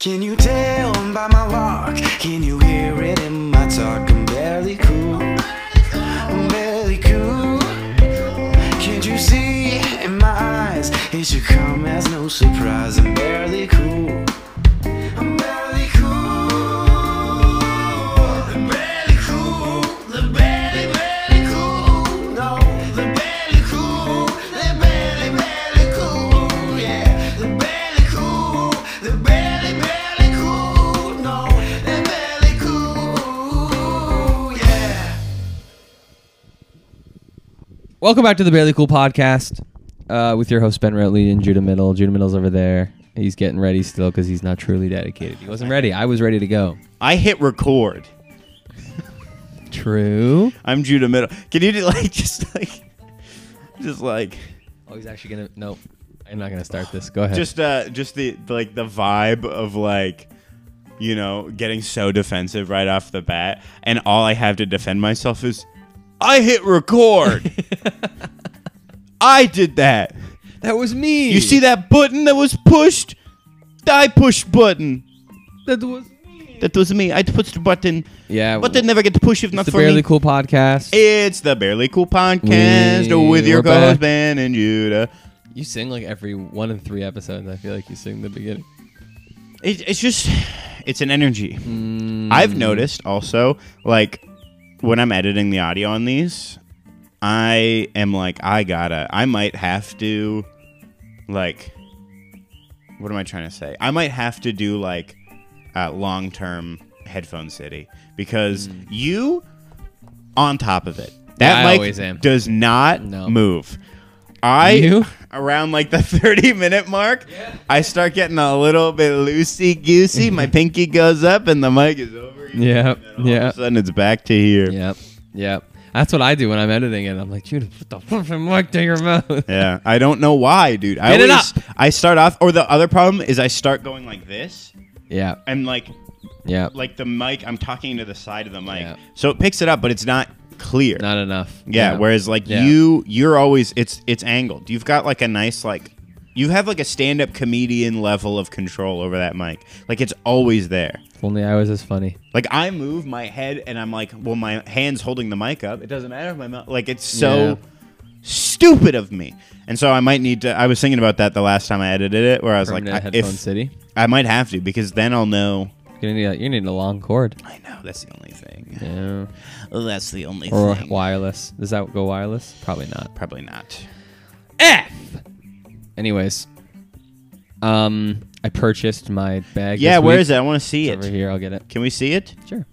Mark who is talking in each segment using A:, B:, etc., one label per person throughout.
A: Can you tell by my walk? Can you hear it in my talk? I'm barely cool. I'm barely cool. Can't you see it in my eyes? It should come as no surprise. I'm barely cool. I'm barely cool. I'm barely cool. They're barely, barely cool. No, they're barely cool. They're barely, barely cool. Yeah, they're barely cool. They're barely, barely cool. No, they're barely cool. Yeah.
B: Welcome back to the Barely Cool Podcast uh, with your host Ben Rutley and Judah Middle. Judah Middle's over there. He's getting ready still because he's not truly dedicated. He wasn't ready. I was ready to go.
C: I hit record.
B: True.
C: I'm Judah Middle. Can you do like just like just like
B: Oh, he's actually gonna. Nope. I'm not gonna start this. Go ahead.
C: just uh just the like the vibe of like you know getting so defensive right off the bat and all I have to defend myself is I hit record. I did that.
B: that was me.
C: You see that button that was pushed? I pushed button.
B: That was.
C: That was me. I pushed the button.
B: Yeah.
C: Button never get pushed if
B: it's
C: not
B: the
C: for
B: Barely
C: me.
B: Cool Podcast.
C: It's the Barely Cool Podcast
B: We-
C: with your
B: we're back.
C: co-host Ben and Judah.
B: you sing like every one in three episodes. I feel like you sing the beginning.
C: It, it's just, it's an energy.
B: Mm.
C: I've noticed also, like, when I'm editing the audio on these, I am like, I gotta, I might have to, like, what am I trying to say? I might have to do, like, uh, long term headphone city because you on top of it. That
B: Mm. I
C: mic
B: always am.
C: does not
B: No.
C: move. I
B: You?
C: around like the 30 minute mark, I start getting a little bit loosey goosey. My pinky goes up and the mic is over. you,
B: Mm-hmm. Yeah,
C: and then all
B: yeah.
C: Of a sudden it's back to here.
B: Yep. Yep. That's what I do when I'm editing it. I'm like, Judah, put the fucking mic to your mouth.
C: Yeah, I don't know why, dude. I
B: Get it
C: always-
B: up.
C: I start off, or the other problem is I start going like this,
B: yeah.
C: and like
B: Yeah.
C: like the mic, I'm talking to the side of the mic,
B: Yeah.
C: so it picks it up, but it's not clear.
B: Not enough.
C: Yeah, Whereas like
B: Yeah.
C: you, you're always it's it's angled. You've got like a nice like you have like a stand up comedian level of control over that mic. Like it's always there.
B: If only I was as funny.
C: Like I move my head and I'm like, well, my hand's holding the mic up. It doesn't matter if my mouth. Like it's so stupid of me. And so I might need to. I was thinking about that the last time I edited it, where I was
B: Permanent
C: like, I,
B: headphone
C: if
B: city.
C: I might have to, because then I'll know.
B: You're gonna need a, you need a long cord.
C: I know that's the only thing. Oh,
B: Yeah.
C: That's the only
B: Or
C: thing.
B: wireless. Does that go wireless? Probably not.
C: Probably not.
B: F. Anyways, um, I purchased my bag.
C: Yeah,
B: this
C: where
B: week.
C: is it? I want to see
B: It's Over
C: it.
B: here. I'll get it.
C: Can we see it?
B: Sure.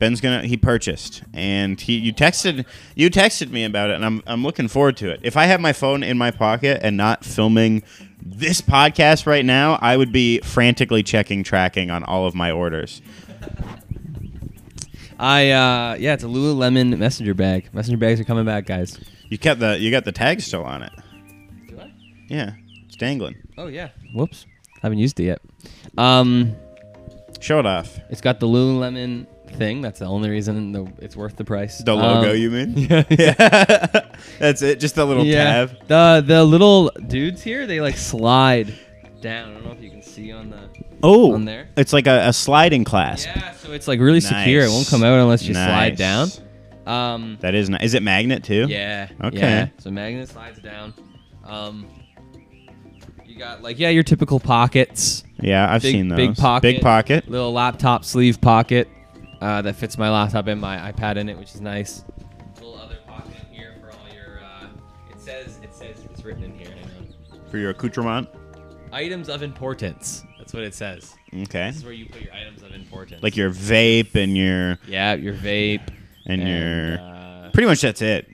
C: Ben's gonna he purchased and he you texted you texted me about it and I'm I'm looking forward to it. If I had my phone in my pocket and not filming this podcast right now, I would be frantically checking tracking on all of my orders.
B: I uh, yeah, it's a Lululemon messenger bag. Messenger bags are coming back, guys.
C: You kept the you got the tag still on it.
B: Do I?
C: Yeah. It's dangling.
B: Oh yeah. Whoops. Haven't used it yet. Um,
C: Show it off.
B: it's got the Lululemon thing. That's the only reason the, it's worth the price.
C: The logo
B: Um,
C: you mean?
B: yeah.
C: Yeah. That's it, just a little tab.
B: The the little dudes here, they like slide down. I don't know if you can see on the
C: Oh
B: On there?
C: it's like a, a sliding clasp.
B: Yeah, so it's like really secure. It won't
C: Nice.
B: come out unless you slide
C: Nice.
B: down. Um
C: That is nice. Is it magnet too?
B: yeah.
C: Okay.
B: yeah. So magnet slides down. Um you got like yeah, your typical pockets.
C: Yeah, I've
B: Big
C: seen those.
B: big pocket.
C: Big pocket.
B: Little laptop sleeve pocket uh, that fits my laptop and my iPad in it, which is nice. Little other pocket in here for all your uh, it says it says it's written in here. Hang on.
C: For your accoutrement.
B: Items of importance. That's what it says.
C: Okay.
B: This is where you put your items of importance.
C: like your vape and your
B: yeah, your vape
C: and, your
B: uh,
C: pretty much that's it.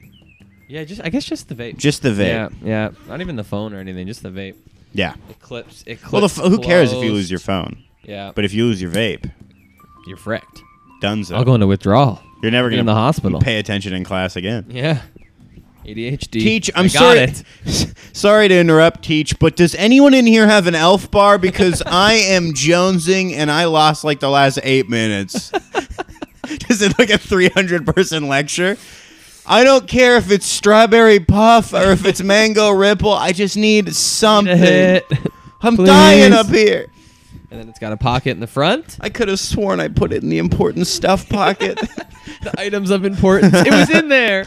B: yeah, just I guess just the vape.
C: Just the vape.
B: Yeah, yeah. Not even the phone or anything. Just the vape.
C: Yeah.
B: It clips. It clips.
C: Well, the f- who cares if you
B: closed.
C: lose your phone?
B: Yeah, but
C: But if you lose your vape,
B: you're fricked.
C: dunzo.
B: I'll go into withdrawal.
C: You're never
B: be
C: gonna
B: in the hospital.
C: Pay attention in class again.
B: Yeah. ADHD.
C: Teach,
B: I
C: I'm
B: got
C: sorry.
B: It.
C: sorry to interrupt, Teach, but does anyone in here have an elf bar? Because I am jonesing and I lost like the last eight minutes. Is it like a 300 person lecture? I don't care if it's strawberry puff or if it's mango ripple. I just need something.
B: Hit.
C: I'm
B: Please.
C: dying up here.
B: and then it's got a pocket in the front.
C: I could have sworn I put it in the important stuff pocket.
B: The items of importance. It was in there.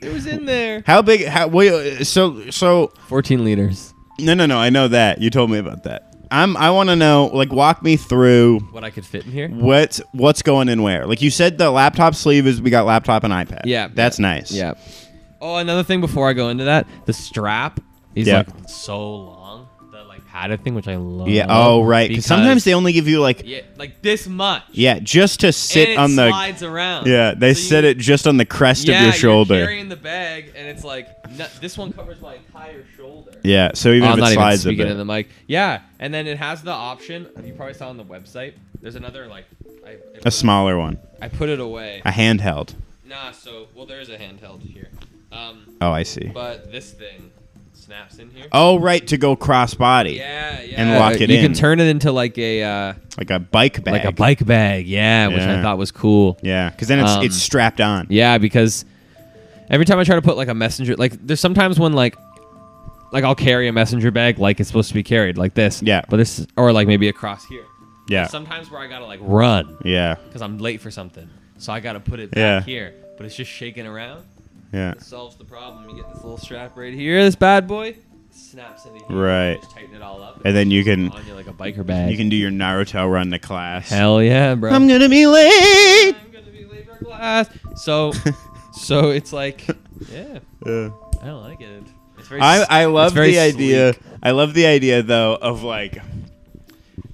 B: It was in there.
C: how big? How wait? uh, So so
B: 14 liters.
C: no no no. I know that you told me about that. I'm I want to know like walk me through
B: What I could fit in here.
C: what what's going in where. Like you said, the laptop sleeve is we got laptop and iPad.
B: Yeah.
C: that's nice.
B: Yeah. Oh, another thing before I go into that, the strap is
C: Yeah.
B: like so long, the like padded thing, which I love.
C: Yeah. Oh right. 'cause sometimes they only give you like
B: Uh-huh. yeah, like this much.
C: yeah just to
B: and
C: sit
B: it
C: on the
B: slides around.
C: yeah they
B: So you-
C: sit it just on the crest
B: yeah,
C: of your
B: you're
C: shoulder.
B: carrying the bag, and it's like no, this one covers my entire shoulder.
C: yeah. So even
B: Oh, I'm
C: if
B: not
C: it
B: even
C: slides a
B: speaking
C: bit.
B: in the mic. Yeah, and then it has the option. You probably saw on the website. There's another like. I, I put
C: a
B: it-
C: smaller one,
B: I put it away.
C: a handheld.
B: Nah, so well, there's a handheld here. Um,
C: Oh, I see.
B: but this thing snaps in here.
C: Oh, right, to go crossbody,
B: Yeah, yeah.
C: and lock it
B: Uh, you
C: in.
B: can turn it into like a uh,
C: like a bike bag.
B: like a bike bag. Yeah, which I
C: Yeah.
B: thought was cool.
C: Yeah, because then it's
B: Um,
C: it's strapped on.
B: Yeah, because every time I try to put like a messenger, like there's sometimes when like like I'll carry a messenger bag like it's supposed to be carried like this.
C: Yeah.
B: but this or like maybe across here.
C: Yeah,
B: Sometimes where I gotta like run
C: yeah,
B: because I'm late for something, so I gotta put it back
C: Yeah.
B: here. But it's just shaking around.
C: yeah.
B: It solves the problem. You get this little strap right here. This bad boy snaps into here.
C: Right.
B: Just tighten it all up.
C: And then you can
B: on you like a biker bag.
C: you can do your Naruto run to class.
B: Hell yeah, bro.
C: I'm gonna be late.
B: I'm gonna be late for class. So, so it's like, yeah,
C: Uh,
B: I like it. It's very,
C: I
B: s-
C: I
B: it's
C: love
B: very
C: the idea.
B: sleek.
C: I love the idea though of like,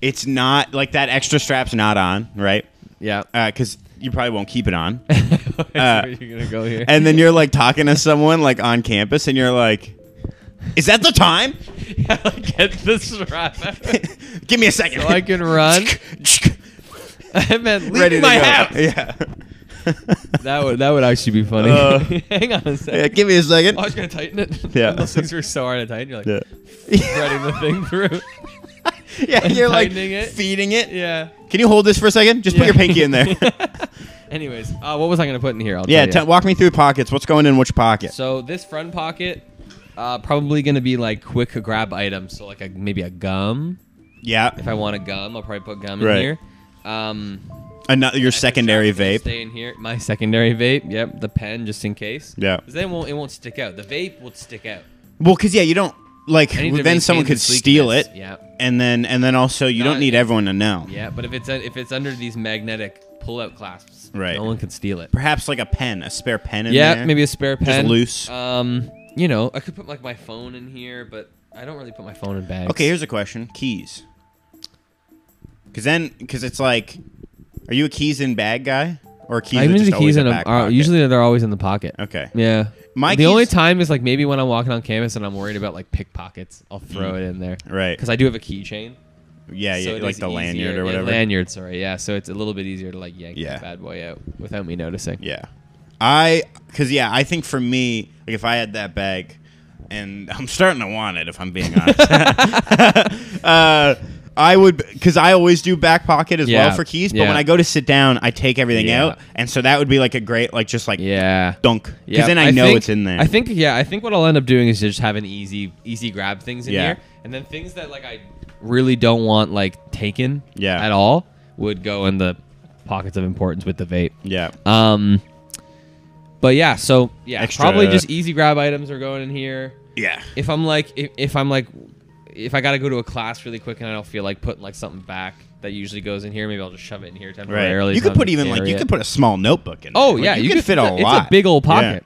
C: it's not like that extra strap's not on right
B: Yeah.
C: because you probably won't keep it on.
B: I see where you're gonna go here.
C: Uh, and then you're like talking to someone like on campus, and you're like, "Is that the time?
B: get this right. so
C: Give me a second.
B: I can run. I meant leave
C: Ready to
B: my
C: go.
B: house.
C: Yeah.
B: That would that would actually be funny.
C: Uh,
B: Hang on a
C: yeah.
B: second.
C: Give me a second.
B: Oh, I was gonna tighten it.
C: Yeah.
B: Those things were so hard to tighten. You're like
C: Yeah.
B: threading the thing through.
C: yeah,
B: and
C: you're like
B: tightening it.
C: feeding it.
B: Yeah.
C: Can you hold this for a second? Just
B: Yeah.
C: put your pinky in there.
B: Anyways, uh, what was I gonna put in here? I'll
C: yeah,
B: tell you.
C: t- walk me through pockets. What's going in which pocket?
B: So this front pocket, uh, probably gonna be like quick grab items. So like a, maybe a gum.
C: yeah,
B: If I want a gum, I'll probably put gum
C: Right.
B: in here. Um,
C: another your secondary
B: extra
C: vape.
B: Stay in here. My secondary vape. Yep. The pen, just in case.
C: Yeah.
B: 'Cause then it won't, it won't stick out. The vape will stick out.
C: Well, because yeah, you don't like
B: I need to
C: then someone
B: maintain
C: could
B: the
C: steal it,
B: sleekness. Yeah.
C: and then and then also you
B: Not-
C: don't need everyone to know.
B: Yeah. But if it's if it's under these magnetic pull-out clasps,
C: Right.
B: No one can steal it.
C: Perhaps like a pen, a spare pen in
B: Yeah.
C: there.
B: Maybe a spare pen.
C: loose.
B: Um, you know, I could put like my phone in here, but I don't really put my phone in bags.
C: Okay, here's a question: keys. Because then, because it's like, are you a keys in bag guy or keys?
B: I'm
C: are
B: in
C: just
B: the keys
C: always
B: in
C: a
B: a,
C: back
B: are,
C: pocket?
B: usually they're always in the pocket.
C: Okay.
B: Yeah.
C: My
B: the only
C: keys-
B: time is like maybe when I'm walking on campus and I'm worried about like pickpockets, I'll throw it in there.
C: Mm. Right.
B: Because I do have a keychain.
C: Yeah,
B: so
C: yeah,
B: it
C: like
B: is
C: the
B: easier-
C: lanyard
B: yeah,
C: or whatever.
B: lanyard, sorry. Yeah. So it's a little bit easier to like yank
C: Yeah.
B: that bad boy out without me noticing.
C: Yeah. I cuz yeah, I think for me, like if I had that bag and I'm starting to want it if I'm being honest. uh I would, because I always do back pocket as
B: Yeah.
C: well for keys. But
B: Yeah.
C: when I go to sit down, I take everything
B: Yeah.
C: out, and so that would be like a great, like just like
B: Yeah.
C: dunk, because
B: Yeah,
C: then I, know
B: think-
C: it's in there.
B: I think yeah, I think what I'll end up doing is just have an easy easy grab things in
C: Yeah.
B: here, and then things that like I really don't want like taken
C: Yeah.
B: at all would go in the pockets of importance with the vape.
C: yeah,
B: Um, but yeah, so yeah,
C: Extra-
B: probably just easy grab items are going in here.
C: yeah,
B: If I'm like, if, if I'm like, if I gotta go to a class really quick and I don't feel like putting like something back that usually goes in here, maybe I'll just shove it in here temporarily.
C: right. You
B: so I
C: could put
B: don't
C: even like
B: carry
C: you
B: it.
C: could put a small notebook in.
B: Oh
C: there. Like,
B: yeah,
C: you, could fit a
B: it's
C: lot.
B: It's a big old
C: Yeah.
B: pocket.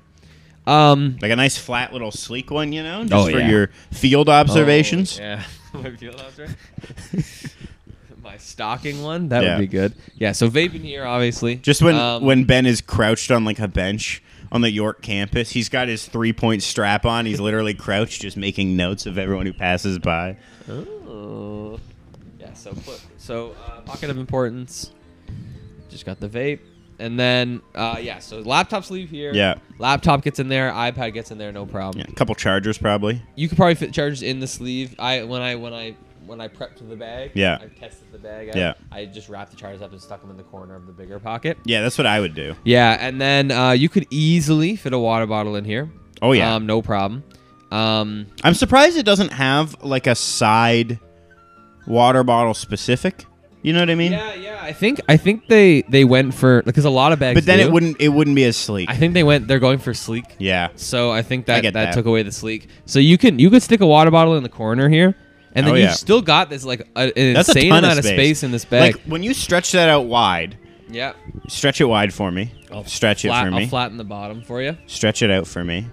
B: Um,
C: like a nice flat little sleek one, you know, just
B: Oh,
C: for
B: yeah.
C: your field observations.
B: Oh, yeah, my field observation. my stocking one that
C: Yeah.
B: would be good. Yeah, so vape in here, obviously.
C: Just when
B: Um,
C: when Ben is crouched on like a bench on the York campus, he's got his three point strap on. He's literally crouched, just making notes of everyone who passes by.
B: Oh. Yeah, so put, so uh, pocket of importance. Just got the vape. And then uh, yeah, so laptops leave here.
C: Yeah.
B: Laptop gets in there, iPad gets in there, no
C: Yeah,
B: problem.
C: a couple chargers probably.
B: You could probably fit chargers in the sleeve. I when I when I when I prepped the bag,
C: Yeah.
B: I tested the bag out.
C: Yeah.
B: I just wrapped the chargers up and stuck them in the corner of the bigger pocket.
C: Yeah, that's what I would do.
B: Yeah, and then uh, you could easily fit a water bottle in here.
C: Oh, yeah.
B: Um, no problem. Um,
C: I'm surprised it doesn't have like a side water bottle specific. You know what I mean?
B: Yeah, yeah. I think I think they they went for because a lot of bags.
C: But then
B: do.
C: it wouldn't it wouldn't be as sleek.
B: I think they went. They're going for sleek.
C: yeah.
B: So I think
C: I
B: that,
C: get
B: that
C: that.
B: took away the sleek. So you can you could stick a water bottle in the corner here, and then
C: Oh,
B: you
C: yeah.
B: still got this like a, an
C: That's a
B: insane
C: ton
B: amount
C: of
B: of
C: space.
B: space in this bag.
C: Like when you stretch that out wide,
B: yeah.
C: stretch it wide for me. stretch
B: Oh, Flat-
C: it for me.
B: I'll flatten the bottom for you.
C: stretch it out for me.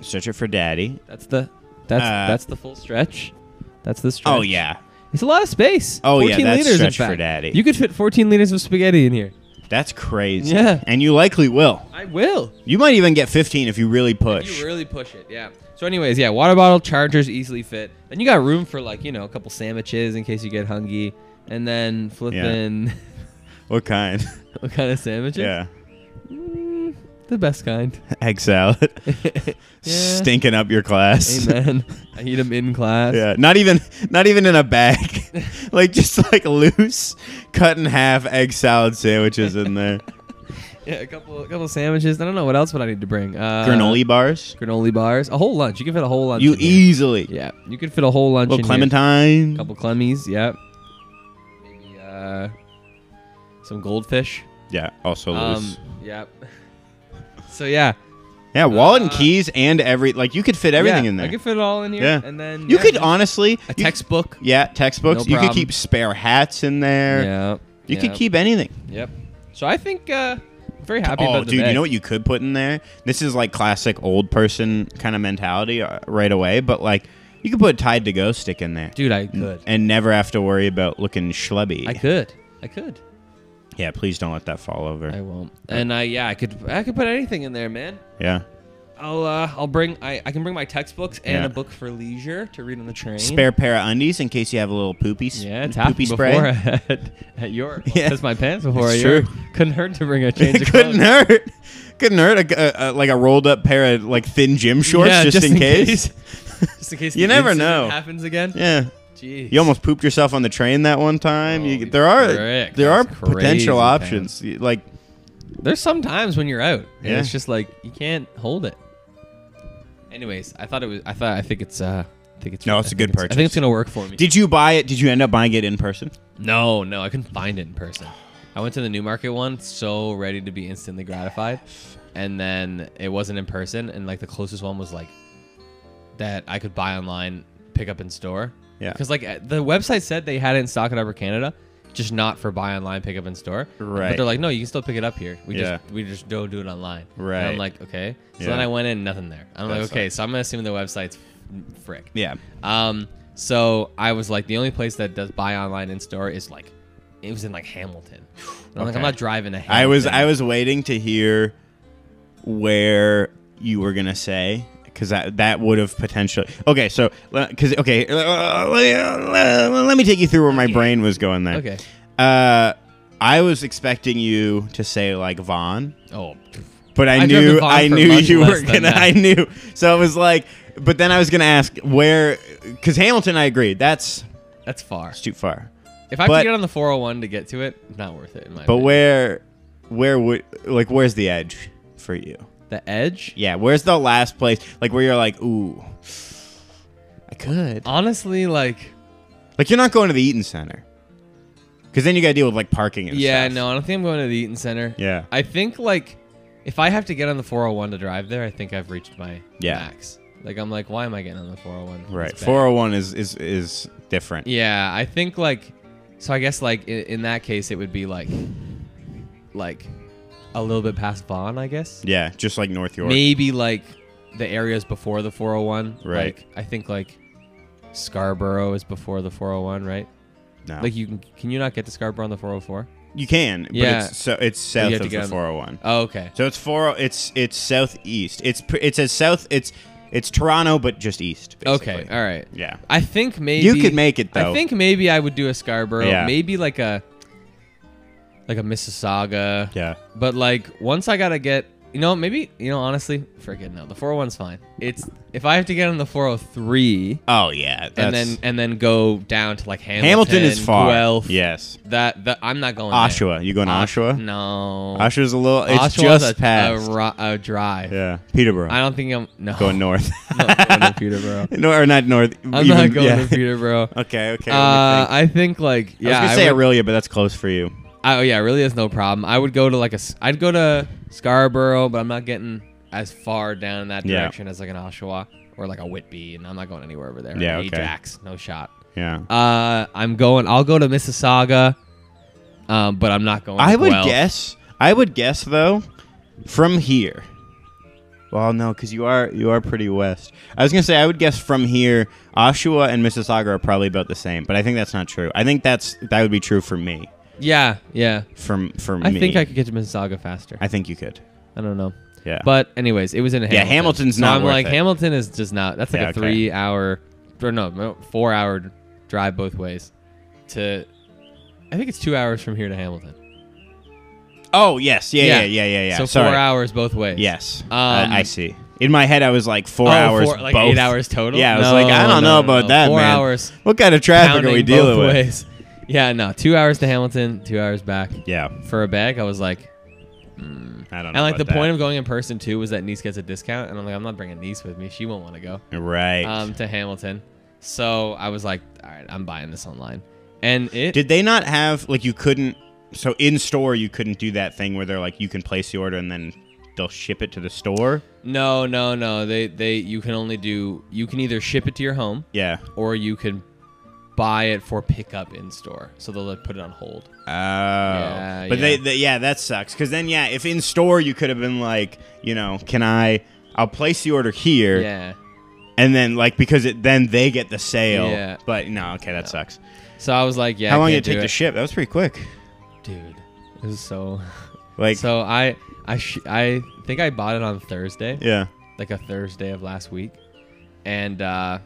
C: Stretch it for daddy.
B: That's the that's
C: Uh,
B: that's the full stretch. That's the stretch.
C: Oh yeah.
B: It's a lot of space.
C: Oh, yeah,
B: 14
C: that's
B: liters, in
C: stretch for
B: fact.
C: daddy.
B: You could fit 14 liters of spaghetti in here.
C: That's crazy.
B: Yeah.
C: And you likely will.
B: I will.
C: You might even get 15 if you really push.
B: You really push it, yeah. So, anyways, yeah, water bottle chargers easily fit. Then you got room for like you know a couple sandwiches in case you get hungry, and then flipping
C: what kind?
B: what kind of sandwiches?
C: yeah.
B: Mm, the best kind.
C: Egg salad.
B: yeah.
C: Stinking up your class.
B: Amen. I eat them in class.
C: Yeah, not even not even in a bag. like just like loose cut in half egg salad sandwiches in there.
B: Yeah, a couple, a couple sandwiches. I don't know what else would I need to bring. Uh,
C: Granoli bars.
B: Granoli bars. A whole lunch. You can fit a whole lunch.
C: You
B: in here.
C: easily.
B: Yeah, you could fit a whole lunch.
C: Little
B: in here.
C: clementine.
B: couple clemmies, yep. Maybe uh, some goldfish.
C: Yeah, also
B: Um,
C: loose.
B: yep. So yeah,
C: Yeah, wallet and
B: uh,
C: keys and every like you could fit everything
B: Yeah,
C: in
B: I
C: there.
B: could fit it all in here.
C: Yeah.
B: and then
C: you
B: yeah,
C: could
B: just
C: honestly
B: a
C: you-
B: textbook.
C: yeah, textbooks.
B: No
C: you could
B: problem.
C: keep spare hats in there.
B: Yeah,
C: You
B: yeah,
C: could keep anything.
B: Yep. So I think uh, I'm very happy
C: oh,
B: about the
C: dude, you
B: bag.
C: know what you could put in there? This is like classic old person kind of mentality uh, right away, but like you could put a Tide to Go stick in there.
B: dude, I could.
C: and never have to worry about looking schlubby.
B: I could. I could.
C: Yeah, please don't let that fall over.
B: I won't. And uh, yeah, I could. I could put anything in there, man.
C: yeah.
B: I'll. Uh, I'll bring. I, I. can bring my textbooks and
C: Yeah.
B: a book for leisure to read on the train.
C: Spare pair of undies in case you have a little poopy, s-
B: Yeah, it's
C: poopy
B: happened
C: spray.
B: before at, at York. Well,
C: Yeah.
B: pissed my pants before
C: It's
B: at York.
C: true.
B: Couldn't hurt to bring a change
C: it
B: of
C: couldn't
B: clothes.
C: hurt. Couldn't hurt a, a, a- like a rolled up pair of like thin gym shorts
B: Yeah,
C: just, in, case.
B: Just in case
C: You
B: the
C: never
B: incident
C: know.
B: happens again.
C: Yeah.
B: Jeez.
C: You almost pooped yourself on the train that one time. you,
B: Holy
C: there are
B: frick,
C: there are
B: that's crazy,
C: potential
B: man.
C: options. You- Like
B: There's some times when you're out. And
C: Yeah.
B: It's just like you can't hold it. Anyways, I thought it was. I thought. I think it's. uh I think it's.
C: No,
B: I
C: it's a
B: think
C: good
B: I
C: purchase.
B: think it's gonna work for me.
C: did you buy it? Did you end up buying it in person?
B: no, no, I couldn't find it in person. I went to the Newmarket one, so ready to be instantly gratified, and then it wasn't in person, and like the closest one was like that I could buy online, pick up in store.
C: Yeah.
B: Because like uh, the website said they had it in stock at Upper Canada, just not for buy online, pick up in store.
C: Right.
B: But they're like, no, you can still pick it up here. We
C: Yeah.
B: just we just don't do it online. And
C: Right.
B: I'm like, okay. So
C: Yeah.
B: then I went in, nothing there. I'm
C: That
B: like, okay,
C: sucks.
B: so I'm gonna assume the website's f- frick.
C: Yeah.
B: Um, so I was like, the only place that does buy online in store is like, it was in like Hamilton. And I'm like,
C: Okay.
B: I'm not driving to Hamilton.
C: I was I was waiting to hear where you were gonna say because that that would have potentially okay. So because okay, uh, let, let me take you through where my brain was going there.
B: okay.
C: Uh, I was expecting you to say like Vaughn,
B: Oh,
C: but I,
B: I drove
C: knew
B: to Vaughn
C: I
B: for
C: knew
B: much
C: you
B: less
C: were
B: than
C: gonna.
B: that.
C: I knew so it was like, but then I was gonna ask where because Hamilton. I agreed that's
B: that's far.
C: it's too far.
B: If I have
C: But-
B: to get on the 401 to get to it, not worth it in my.
C: But
B: opinion.
C: where where would like where's the edge for you?
B: the edge.
C: Yeah, where's the last place? Like where you're like, ooh, I could.
B: Honestly, like.
C: Like you're not going to the Eaton Center, because then you got to deal with like parking and
B: Yeah,
C: stuff.
B: no, I don't think I'm going to the Eaton Center.
C: Yeah.
B: I think like if I have to get on the 401 to drive there, I think I've reached my
C: Yeah.
B: max. Like I'm like, why am I getting on the 401? It's
C: Right.
B: bad.
C: Four hundred one is is is different.
B: Yeah, I think like so. I guess like in, in that case, it would be like like a little bit past Vaughn, I guess.
C: Yeah, just like North York.
B: Maybe like the areas before the 401.
C: Right.
B: Like, I think like Scarborough is before the 401, right?
C: No.
B: Like you can can you not get to Scarborough on the 404?
C: you can, but
B: Yeah.
C: it's so it's
B: you
C: south
B: have to
C: of
B: get
C: the
B: on-
C: four hundred one.
B: Oh, okay.
C: So it's four. It's it's southeast. It's pr- it's as south. It's it's Toronto, but just east. Basically.
B: Okay. All right.
C: Yeah.
B: I think maybe
C: You could make it, though.
B: I think maybe I would do a Scarborough,
C: Yeah.
B: maybe like a like a Mississauga.
C: Yeah.
B: But like once I gotta get You know, maybe you know. Honestly, freaking no. The 401's fine. It's if I have to get on the 403
C: Oh yeah, that's,
B: and then and then go down to like Hamilton,
C: Hamilton is far.
B: Guelph,
C: Yes,
B: That that I'm not going. there.
C: Oshawa. You going to
B: Osh-
C: Oshawa?
B: No.
C: Oshawa's a little. It's
B: Oshawa's
C: just
B: a,
C: past.
B: a, ri- a drive.
C: yeah, Peterborough.
B: I don't think I'm no
C: going north.
B: I'm not going to Peterborough.
C: no, or not north.
B: I'm not going to Peterborough.
C: Okay, okay.
B: Uh, I think like yeah.
C: I was gonna say
B: would-
C: Aurelia, but that's close for you.
B: I- oh yeah, really is no problem. I would go to like a s- I'd go to Scarborough, but I'm not getting as far down in that
C: Yeah.
B: direction as like an Oshawa or like a Whitby, and I'm not going anywhere over there.
C: Yeah, okay.
B: Ajax, no shot.
C: Yeah.
B: Uh, I'm going. I'll go to Mississauga, um, but I'm not going.
C: I
B: to
C: would
B: Guelph.
C: guess. I would guess though, from here. Well, no, because you are you are pretty west. I was gonna say I would guess from here, Oshawa and Mississauga are probably about the same, but I think that's not true. I think that's that would be true for me.
B: Yeah, yeah.
C: From for
B: I
C: me,
B: think I could get to Mississauga faster.
C: I think you could.
B: I don't know.
C: Yeah.
B: But anyways, it was in Hamilton.
C: Hamilton's
B: so
C: not
B: I'm
C: worth
B: like
C: it.
B: Hamilton is just not. That's like
C: Yeah,
B: a
C: okay.
B: three hour, or no, no, four hour drive both ways. To, I think it's two hours from here to Hamilton.
C: oh yes, yeah, yeah, yeah, yeah, yeah.
B: So
C: Sorry.
B: four hours both ways.
C: Yes, I- I see. In my head, I was like four
B: Oh,
C: hours,
B: four- like
C: both.
B: eight hours total.
C: Yeah, I was
B: No,
C: like, I don't
B: no,
C: know
B: no, no.
C: about that,
B: Four
C: man.
B: hours.
C: What kind of traffic are
B: pounding
C: we dealing
B: both
C: with?
B: ways. Yeah, no, two hours to Hamilton, two hours back.
C: Yeah,
B: For a bag, I was like,
C: I don't know.
B: and like the
C: about
B: point of going in person too was that niece gets a discount, and I'm like, I'm not bringing niece with me. She won't want to go.
C: that. right.
B: um, to Hamilton. So I was like, all right, I'm buying this online. And it
C: Did they not have like you couldn't? So in store, you couldn't do that thing where they're like you can place the order and then they'll ship it to the store.
B: no, no, no. They they you can only do you can either ship it to your home
C: Yeah.
B: or you can buy it for pickup in store. So they'll like, put it on hold.
C: Oh. but They,
B: yeah.
C: they yeah that sucks because then yeah if in store you could have been like you know can I I'll place the order here
B: Yeah.
C: and then like because it then they get the sale.
B: Yeah.
C: But no, okay, that sucks.
B: So I was like, yeah.
C: How
B: I
C: long did
B: can't
C: it take
B: do
C: to ship? That was pretty quick.
B: Dude, it was so.
C: Like
B: so I I sh- I think I bought it on Thursday.
C: yeah.
B: like a Thursday of last week, and uh,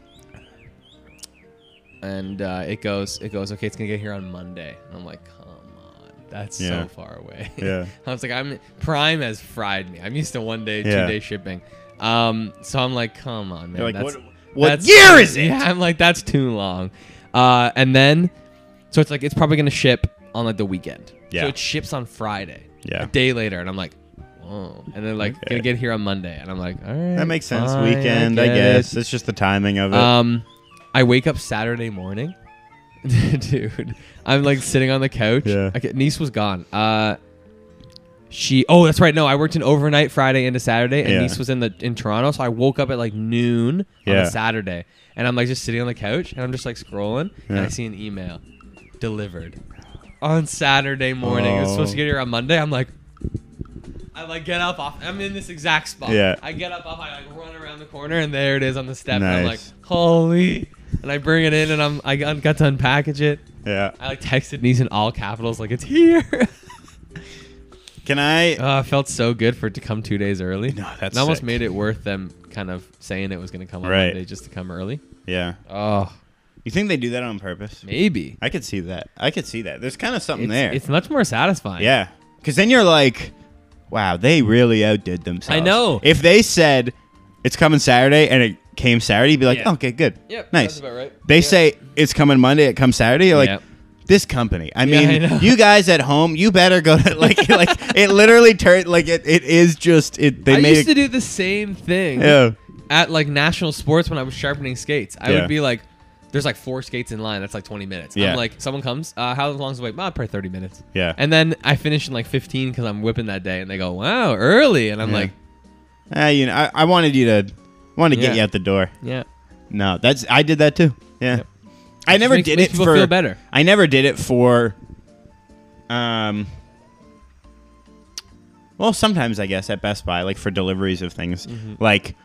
B: and uh, it goes it goes okay. It's gonna get here on Monday. And I'm like, come on, that's
C: Yeah.
B: so far away.
C: Yeah.
B: I was like, I'm Prime has fried me. I'm used to one day,
C: Yeah.
B: two day shipping. Um, so I'm like, come on, man.
C: They're like,
B: that's-
C: what, what
B: that's-
C: year is it?
B: Yeah, I'm like, that's too long. Uh, and then, so it's like, it's probably going to ship on like the weekend.
C: Yeah.
B: So it ships on Friday.
C: Yeah.
B: A day later. And I'm like, whoa. And they're like, going to get here on Monday. And I'm like, all right.
C: That makes sense.
B: fine,
C: Weekend, I,
B: get
C: guess.
B: it.
C: It's just the timing of it.
B: Um, I wake up Saturday morning. Dude, I'm like sitting on the couch.
C: Yeah.
B: Okay, niece was gone. Uh, she. Oh, that's right. No, I worked an overnight Friday into Saturday, and
C: Yeah.
B: niece was in the in Toronto. So I woke up at like noon on
C: Yeah.
B: a Saturday, and I'm like just sitting on the couch, and I'm just like scrolling, and
C: Yeah.
B: I see an email delivered on Saturday morning. It was supposed to
C: Oh.
B: get here on Monday. I'm like. I like get up off. I'm in this exact spot.
C: Yeah.
B: I get up off. I like run around the corner, and there it is on the step. And I'm like,
C: Nice.
B: holy! And I bring it in, and I'm I got got to unpackage it.
C: yeah.
B: I like texted Niece in all capitals, like it's here.
C: Can I?
B: uh, it felt so good for it to come two days early.
C: No, that's
B: It almost
C: sick.
B: made it worth them kind of saying it was going to come on
C: Right.
B: Monday just to come early.
C: yeah.
B: Oh,
C: You think they do that on purpose?
B: maybe.
C: I could see that. I could see that. There's kind of something
B: It's,
C: there.
B: it's much more satisfying.
C: yeah. Because then you're like, wow, they really outdid themselves.
B: I know.
C: If they said it's coming Saturday and it came Saturday, you'd be like,
B: Yeah.
C: okay, good.
B: Yep,
C: Nice.
B: that's about right.
C: They
B: Yep.
C: say it's coming Monday, it comes Saturday. You're like,
B: Yep.
C: this company. I
B: Yeah,
C: mean,
B: I know.
C: you guys at home, you better go to like like it literally turned like it, it is just it they
B: I
C: made
B: used to
C: it
B: do the same thing.
C: Yeah.
B: at like national sports when I was sharpening skates. I
C: Yeah.
B: would be like, there's like four skates in line. That's like 20 minutes.
C: Yeah.
B: I'm like, someone comes, uh, how long's the wait? Ah, probably 30 minutes.
C: Yeah.
B: And then I finish in like 15 because I'm whipping that day. And they go, wow, early. And I'm
C: Yeah.
B: like,
C: Ah, you know, I, I wanted you to wanted to get
B: Yeah.
C: you out the door.
B: yeah.
C: No, that's I did that too. Yeah,
B: Yep.
C: I never
B: makes-
C: did
B: makes
C: it
B: people
C: for.
B: feel better.
C: I never did it for. Um. Well, sometimes I guess at Best Buy, like for deliveries of things,
B: Mm-hmm.
C: like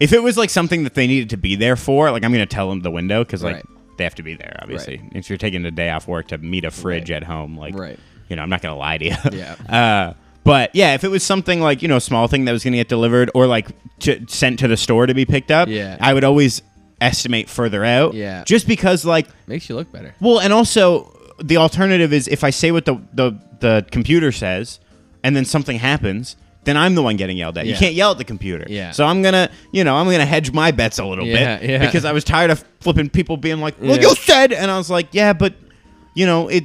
C: if it was like something that they needed to be there for, like I'm gonna tell them the window because like
B: Right.
C: they have to be there. Obviously, if you're taking a day off work to meet a fridge
B: Right.
C: at home, like
B: Right.
C: you know, I'm not gonna lie to you.
B: Yeah.
C: Uh, but yeah, if it was something like you know, a small thing that was going to get delivered or like to, sent to the store to be picked up,
B: Yeah.
C: I would always estimate further out.
B: Yeah.
C: just because like
B: Makes you look better.
C: well, and also the alternative is if I say what the the, the computer says, and then something happens, then I'm the one getting yelled at. You
B: Yeah.
C: can't yell at the computer.
B: Yeah.
C: So I'm gonna, you know, I'm gonna hedge my bets a little
B: Yeah,
C: bit
B: yeah.
C: because I was tired of flipping people being like, "Well,
B: Yeah.
C: you said," and I was like, "Yeah, but, you know, it,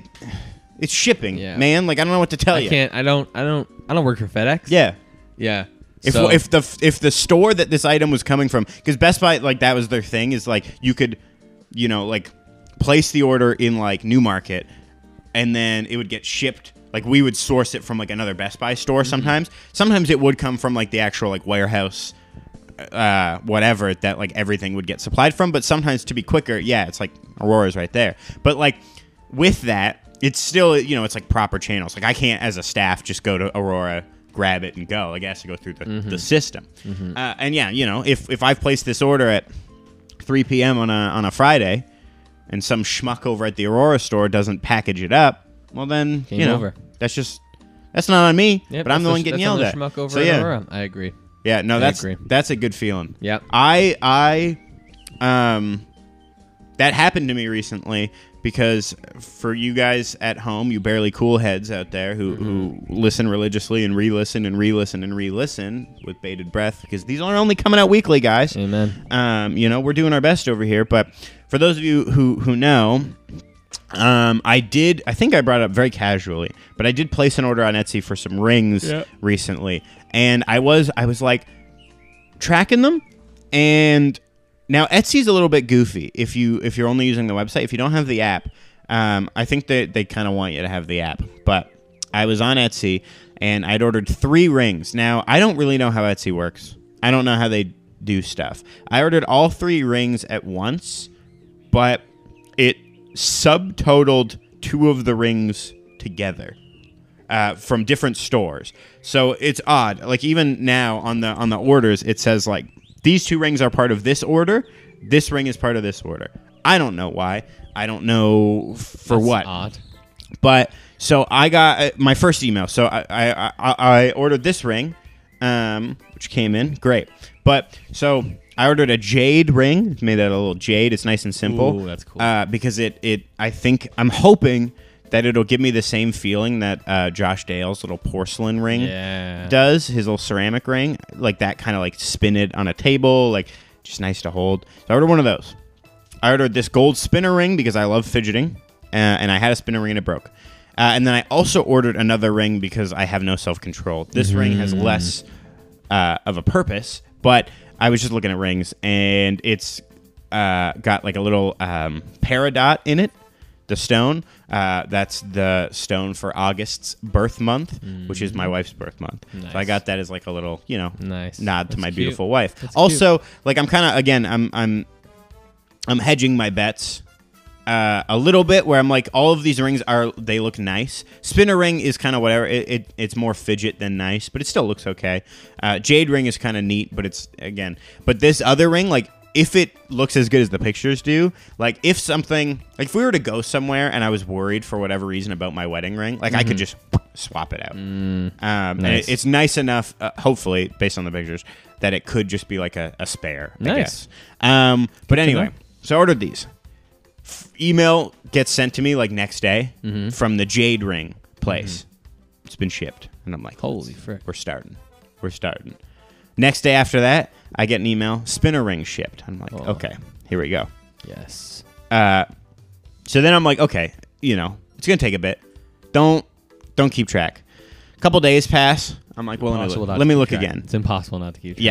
C: it's shipping,
B: Yeah.
C: man. Like I don't know what to tell
B: I
C: you.
B: can't. I don't. I don't. I don't work for FedEx.
C: Oh, Yeah."
B: Yeah.
C: If,
B: So-
C: if the if the store that this item was coming from, because Best Buy like that was their thing is like you could, you know, like place the order in like Newmarket, and then it would get shipped. Like we would source it from like another Best Buy store sometimes. Sometimes it would come from like the actual like warehouse, uh, whatever that like everything would get supplied from. But sometimes to be quicker, yeah, it's like Aurora's right there. But like with that, it's still you know it's like proper channels. Like I can't as a staff just go to Aurora, grab it and go. Like it has to go through the,
B: Mm-hmm.
C: the system. Uh, and yeah, you know if if I've placed this order at 3 p.m. on a on a Friday, and some schmuck over at the Aurora store doesn't package it up, well then
B: Game
C: you know
B: over.
C: that's just that's not on me.
B: Yep,
C: but I'm
B: that's
C: the one
B: sh-
C: getting
B: that's
C: yelled at.
B: another Schmuck over
C: so
B: in
C: yeah,
B: Aurora. I agree.
C: yeah, no, that's
B: agree.
C: that's a good feeling.
B: Yep.
C: I I um that happened to me recently because for you guys at home, you barely cool heads out there who, who listen religiously and re-listen and re-listen and re-listen with bated breath because these are only coming out weekly, guys.
B: Amen.
C: Um, you know, we're doing our best over here, but for those of you who who know, um, I did. I think I brought it up very casually, but I did place an order on Etsy for some rings
B: Yeah.
C: recently, and I was I was like tracking them, and now Etsy's a little bit goofy if you if you're only using the website if you don't have the app. Um, I think that they kind of want you to have the app, but I was on Etsy and I'd ordered three rings. Now I don't really know how Etsy works. I don't know how they do stuff. I ordered all three rings at once but it subtotaled two of the rings together uh, from different stores. So it's odd. Like even now on the on the orders, it says like these two rings are part of this order. This ring is part of this order. I don't know why. I don't know for
B: That's
C: what.
B: Odd.
C: But so I got uh, my first email. So I I, I, I ordered this ring, um, which came in great. But so I ordered a jade ring. Made that a little jade. It's nice and simple.
B: Ooh, that's cool.
C: Uh, because it it I think I'm hoping that it'll give me the same feeling that uh, Josh Dale's little porcelain ring
B: Yeah.
C: does his little ceramic ring like that kind of like spin it on a table like just nice to hold so i ordered one of those i ordered this gold spinner ring because i love fidgeting uh, and i had a spinner ring and it broke uh, and then i also ordered another ring because i have no self-control this ring has less uh, of a purpose but i was just looking at rings and it's uh, got like a little um, peridot in it the stone. Uh, that's the stone for August's birth month, which is my wife's birth month. So I
B: Mm. Nice.
C: got that as like a little, you know,
B: Nice.
C: nod to
B: That's
C: my
B: cute.
C: beautiful wife.
B: That's
C: also, like I'm kind of again, I'm I'm I'm hedging my bets uh, a little bit where I'm like, all of these rings are they look nice. Spinner ring is kind of whatever. It, it it's more fidget than nice, but it still looks okay. Uh, Jade ring is kind of neat, but it's again, but this other ring like. If it looks as good as the pictures do, like if something, like if we were to go somewhere and I was worried for whatever reason about my wedding ring, like I could just swap it out. Um, and
B: Mm-hmm. Mm, Nice.
C: it- it's nice enough, uh, hopefully, based on the pictures, that it could just be like a, a spare. I
B: Nice.
C: guess. Um, but anyway,
B: know.
C: so I ordered these. F- email gets sent to me like next day
B: Mm-hmm.
C: from the Jade Ring place. It's been shipped, and I'm like,
B: Holy frick.
C: we're starting. We're starting. Next day after that, I get an email. Spinner ring shipped. I'm like,
B: Oh.
C: okay, here we go.
B: Yes.
C: Uh, so then I'm like, okay, you know, it's gonna take a bit. Don't don't keep track. A couple days pass. I'm like, well, let me
B: Impossible
C: look,
B: not
C: let
B: to
C: me
B: keep
C: look
B: track.
C: again.
B: It's impossible not to keep track.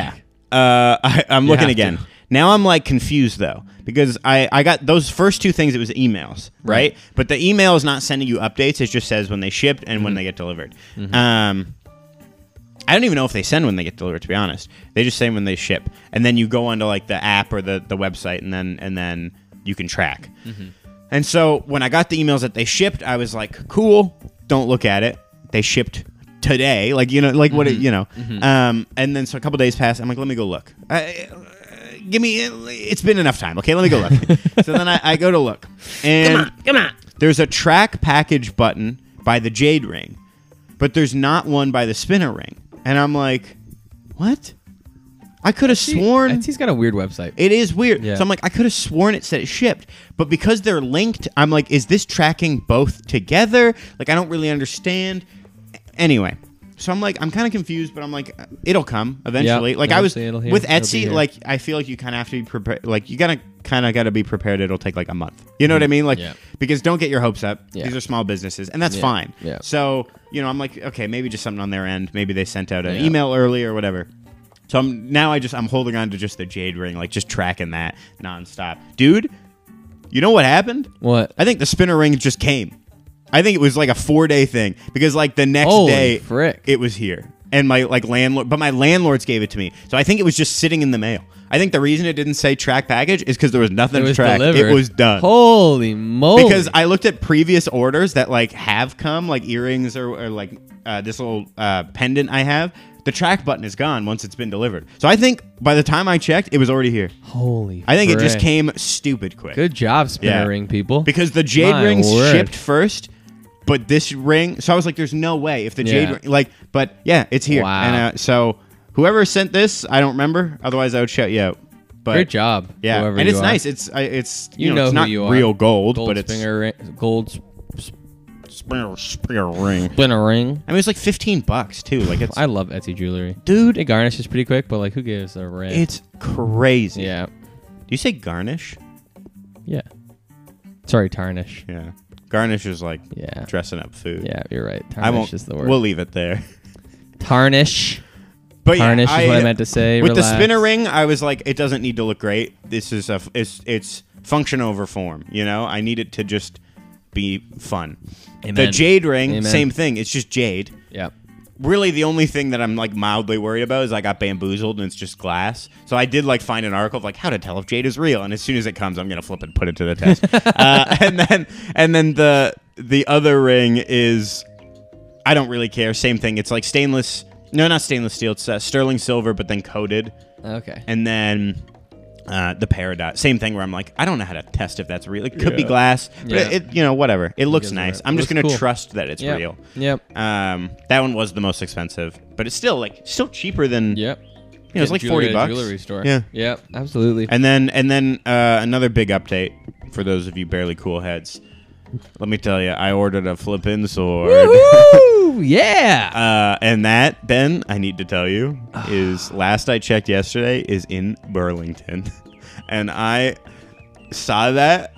C: Yeah. Uh, I, I'm looking
B: have
C: again.
B: to.
C: Now I'm like confused though because I, I got those first two things. It was emails, right? But the email is not sending you updates. It just says when they shipped and when they get delivered. Um, I don't even know if they send when they get delivered. To be honest, they just say when they ship, and then you go onto like the app or the, the website, and then and then you can track. And so when I got the emails that they shipped, I was like, cool, don't look at it. They shipped today, like you know, like what it, you know. Um, and then so a couple days passed. I'm like, let me go look. I, uh, give me, it's been enough time. Okay, let me go look. so then I, I go to look, and
B: Come on.
C: there's a track package button by the jade ring, but there's not one by the spinner ring. And I'm like, what? I could have sworn
B: Etsy's got a weird website.
C: it is weird.
B: Yeah.
C: So I'm like, I could have sworn it said it shipped, but because they're linked, I'm like, is this tracking both together? Like, I don't really understand. Anyway, so I'm like, I'm kind of confused, but I'm like, uh, it'll come eventually. like I was
B: eventually it'll here.
C: with
B: It'll be
C: Etsy,
B: here.
C: like I feel like you kind of have to be prepared. Like you gotta kind of gotta be prepared. It'll take like a month. You know what I mean? Like
B: Mm-hmm. Yeah.
C: because don't get your hopes up.
B: Yeah.
C: These are small businesses, and that's
B: Yeah.
C: fine.
B: Yeah.
C: So you know, I'm like, okay, maybe just something on their end. Maybe they sent out an
B: Yeah.
C: email early or whatever. So I'm now I just I'm holding on to just the jade ring, like just tracking that nonstop, dude. You know what happened?
B: What?
C: I think the spinner ring just came. I think it was like a four day thing because like the next
B: Holy
C: day,
B: frick.
C: it was here, and my like landlord, but my landlords gave it to me, so I think it was just sitting in the mail. I think the reason it didn't say track package is because there was nothing
B: It
C: to
B: was
C: track.
B: delivered.
C: It was done.
B: Holy moly!
C: because I looked at previous orders that like have come, like earrings or, or like uh, this little uh, pendant I have. The track button is gone once it's been delivered. So I think by the time I checked, it was already here.
B: holy.
C: I think it just
B: frick.
C: came stupid quick.
B: Good job, spinner
C: Yeah.
B: ring people.
C: because the jade
B: My
C: rings
B: word.
C: shipped first but this ring so i was like there's no way if the jade
B: Yeah.
C: ring like but yeah it's here
B: Wow.
C: and uh, so whoever sent this i don't remember otherwise i would shout you out but
B: great job.
C: yeah
B: whoever
C: and
B: you
C: it's
B: are.
C: nice it's I it's you,
B: You
C: know,
B: know
C: it's
B: who
C: not
B: you are.
C: real gold,
B: Gold
C: but it's
B: spinner ring. Gold s-
C: spinner, spinner ring
B: spinner ring.
C: i mean it's like 15 bucks too like it's
B: I love Etsy jewelry.
C: dude
B: It garnishes pretty quick, but like, who gives a rip?
C: it's crazy
B: yeah,
C: do you say garnish
B: yeah. Sorry, tarnish.
C: yeah garnish is like
B: Yeah.
C: dressing up food
B: Yeah, you're right. Tarnish
C: i won't
B: is the word.
C: we'll leave it there
B: tarnish.
C: but yeah,
B: Tarnish
C: I,
B: is what I meant to say.
C: With the
B: Relax.
C: spinner ring, I was like, it doesn't need to look great. This is a f- it's it's function over form. You know, I need it to just be fun. The
B: Amen.
C: jade ring,
B: Amen.
C: same thing. It's just jade.
B: Yeah.
C: Really, the only thing that I'm like mildly worried about is I got bamboozled and it's just glass. So I did like find an article of like how to tell if jade is real, and as soon as it comes, I'm gonna flip and put it to the test. uh, and then and then the the other ring is I don't really care. Same thing. It's like stainless. No, not stainless steel. It's uh, sterling silver, but then coated
B: Okay.
C: and then uh, the paradox. Same thing where I'm like, I don't know how to test if that's real. It could be
B: Yeah.
C: glass, but
B: Yeah.
C: it, it- you know, whatever. It looks
B: gives a
C: nice.
B: rip?
C: I'm
B: It
C: just
B: looks
C: gonna
B: cool.
C: trust that it's
B: Yep.
C: real.
B: Yep.
C: Um, that one was the most expensive, but it's still like still cheaper than
B: Yep.
C: you know, it's like
B: Jewelry
C: forty
B: at a
C: bucks.
B: Jewelry store.
C: Yeah.
B: Yep. Absolutely.
C: And then and then uh, another big update for those of you barely cool heads. Let me tell you, I ordered a flippin' sword.
B: Woo! Yeah.
C: Uh, and that, Ben, I need to tell you, is last I checked yesterday is in Burlington, and I saw that,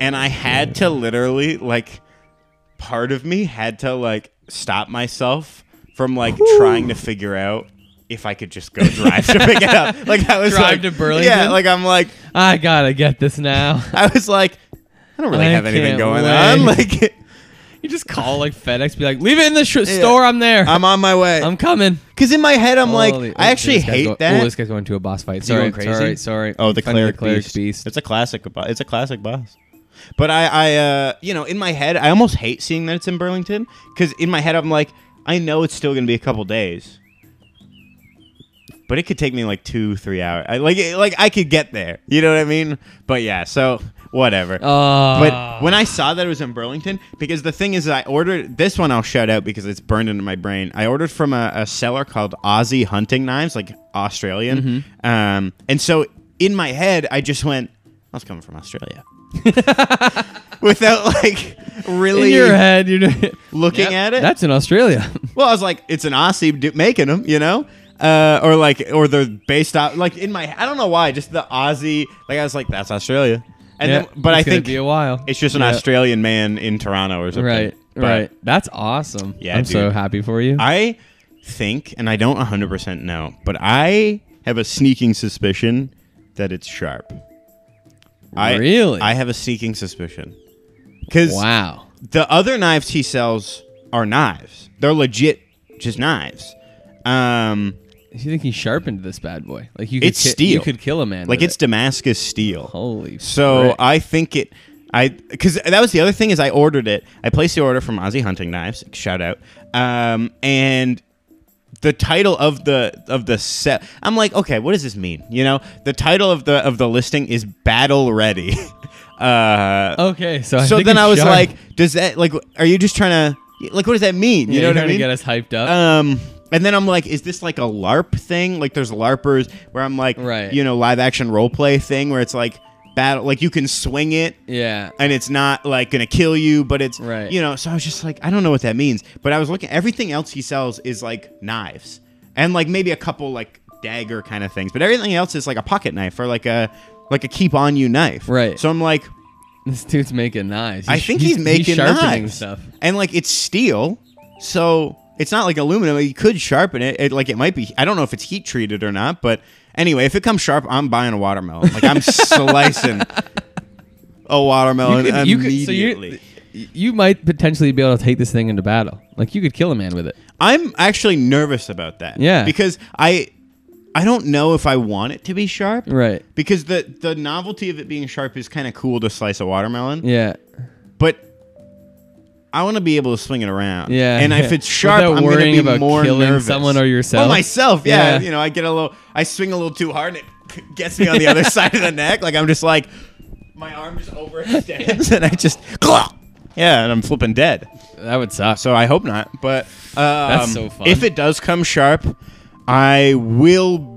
C: and I had to literally like, part of me had to like stop myself from like trying to figure out if I could just go drive to pick it up. Like I was
B: Drive
C: like,
B: to Burlington?
C: Yeah, like I'm like
B: I gotta get this now.
C: I was like, I don't really
B: I
C: have anything
B: can't
C: going
B: wait.
C: on. Like
B: You just call like FedEx, be like, leave it in the sh- store. I'm there. I'm,
C: I'm on my way.
B: coming.
C: Because in my head, I'm
B: Holy-
C: like, I
B: oh,
C: actually
B: this guy's
C: hate
B: go-
C: that.
B: Oh, this guy's going to a boss fight.
C: You
B: Sorry,
C: going crazy?
B: sorry, sorry.
C: Oh, the
B: Finally,
C: cleric, beast. It's a classic. bo- It's a classic boss. But I, I, uh, you know, in my head, I almost hate seeing that it's in Burlington because in my head, I'm like, I know it's still gonna be a couple days, but it could take me like two, three hours. I, like, like I could get there. You know what I mean? But yeah, so whatever.
B: Uh,
C: But when I saw that it was in Burlington, because the thing is, I ordered this one. I'll shout out because it's burned into my brain. I ordered from a, a seller called Aussie Hunting Knives, like Australian.
B: Mm-hmm.
C: Um, and so in my head, I just went, "That's coming from Australia," without like
B: in
C: really
B: your head, you're doing-
C: looking at it.
B: That's in Australia.
C: Well, I was like, it's an Aussie do- making them, you know, uh, or like, or they're based out like in my. I don't know why, just the Aussie. Like I was like, that's Australia, and
B: Yeah,
C: then, but
B: it's
C: I
B: gonna
C: think
B: be a while.
C: it's just an
B: Yeah.
C: Australian man in Toronto or something.
B: Right,
C: But
B: right. That's awesome.
C: Yeah,
B: I'm so
C: dude.
B: happy for you.
C: I think, and I don't 100 percent know, but I have a sneaking suspicion that it's sharp. I,
B: Really?
C: I have a sneaking suspicion because
B: wow.
C: the other knives he sells are knives. They're legit, just knives. Um,
B: You think he sharpened this bad boy? Like you could
C: It's
B: ki- You
C: steel.
B: could kill a man.
C: like
B: with
C: it's
B: it.
C: Damascus steel.
B: holy.
C: So
B: frick.
C: I think it. I because that was the other thing is I ordered it. I placed the order from Aussie Hunting Knives. Shout out. Um, and the title of the of the set. I'm like, okay, what does this mean? You know, the title of the of the listing is Battle Ready. uh,
B: okay. So I
C: so
B: think
C: then
B: it's
C: I was
B: sharp.
C: like, does that like? Are you just trying to like? What does that mean?
B: Yeah,
C: You know
B: you're
C: what I
B: trying
C: mean?
B: To get us hyped up.
C: Um, and then I'm like, is this like a LARP thing? Like, there's LARPers where I'm like,
B: Right.
C: you know, live action role play thing where it's like, battle. Like you can swing it
B: Yeah.
C: and it's not like gonna kill you, but it's
B: Right.
C: you know. So I was just like, I don't know what that means. But I was looking. Everything else he sells is like knives and like maybe a couple like dagger kind of things, but everything else is like a pocket knife or like a like a keep on you knife.
B: Right.
C: So I'm like,
B: This dude's making knives.
C: I think he's, making
B: sharpening
C: knives.
B: stuff.
C: and like it's steel, so it's not like aluminum. You could sharpen it. it. Like it might be. I don't know if it's heat treated or not, but anyway, if it comes sharp, I'm buying a watermelon. Like I'm slicing a watermelon
B: could- you could- so you-
C: immediately.
B: You might potentially be able to take this thing into battle. Like you could kill a man with it.
C: I'm actually nervous about that.
B: Yeah.
C: because I. I don't know if I want it to be sharp.
B: Right.
C: Because the the novelty of it being sharp is kind of cool to slice a watermelon.
B: Yeah.
C: but I want to be able to swing it around.
B: Yeah,
C: and if
B: yeah.
C: it's sharp,
B: Without
C: I'm going to
B: worrying
C: be
B: about
C: more
B: killing
C: nervous.
B: someone or yourself.
C: Well, myself. Yeah,
B: Yeah.
C: you know, I get a little, I swing a little too hard, and it gets me on the other side of the neck. Like I'm just like, my arm just overextends, and I just, yeah, and I'm flipping dead.
B: That would suck.
C: So I hope not. But um,
B: so fun.
C: If it does come sharp, I will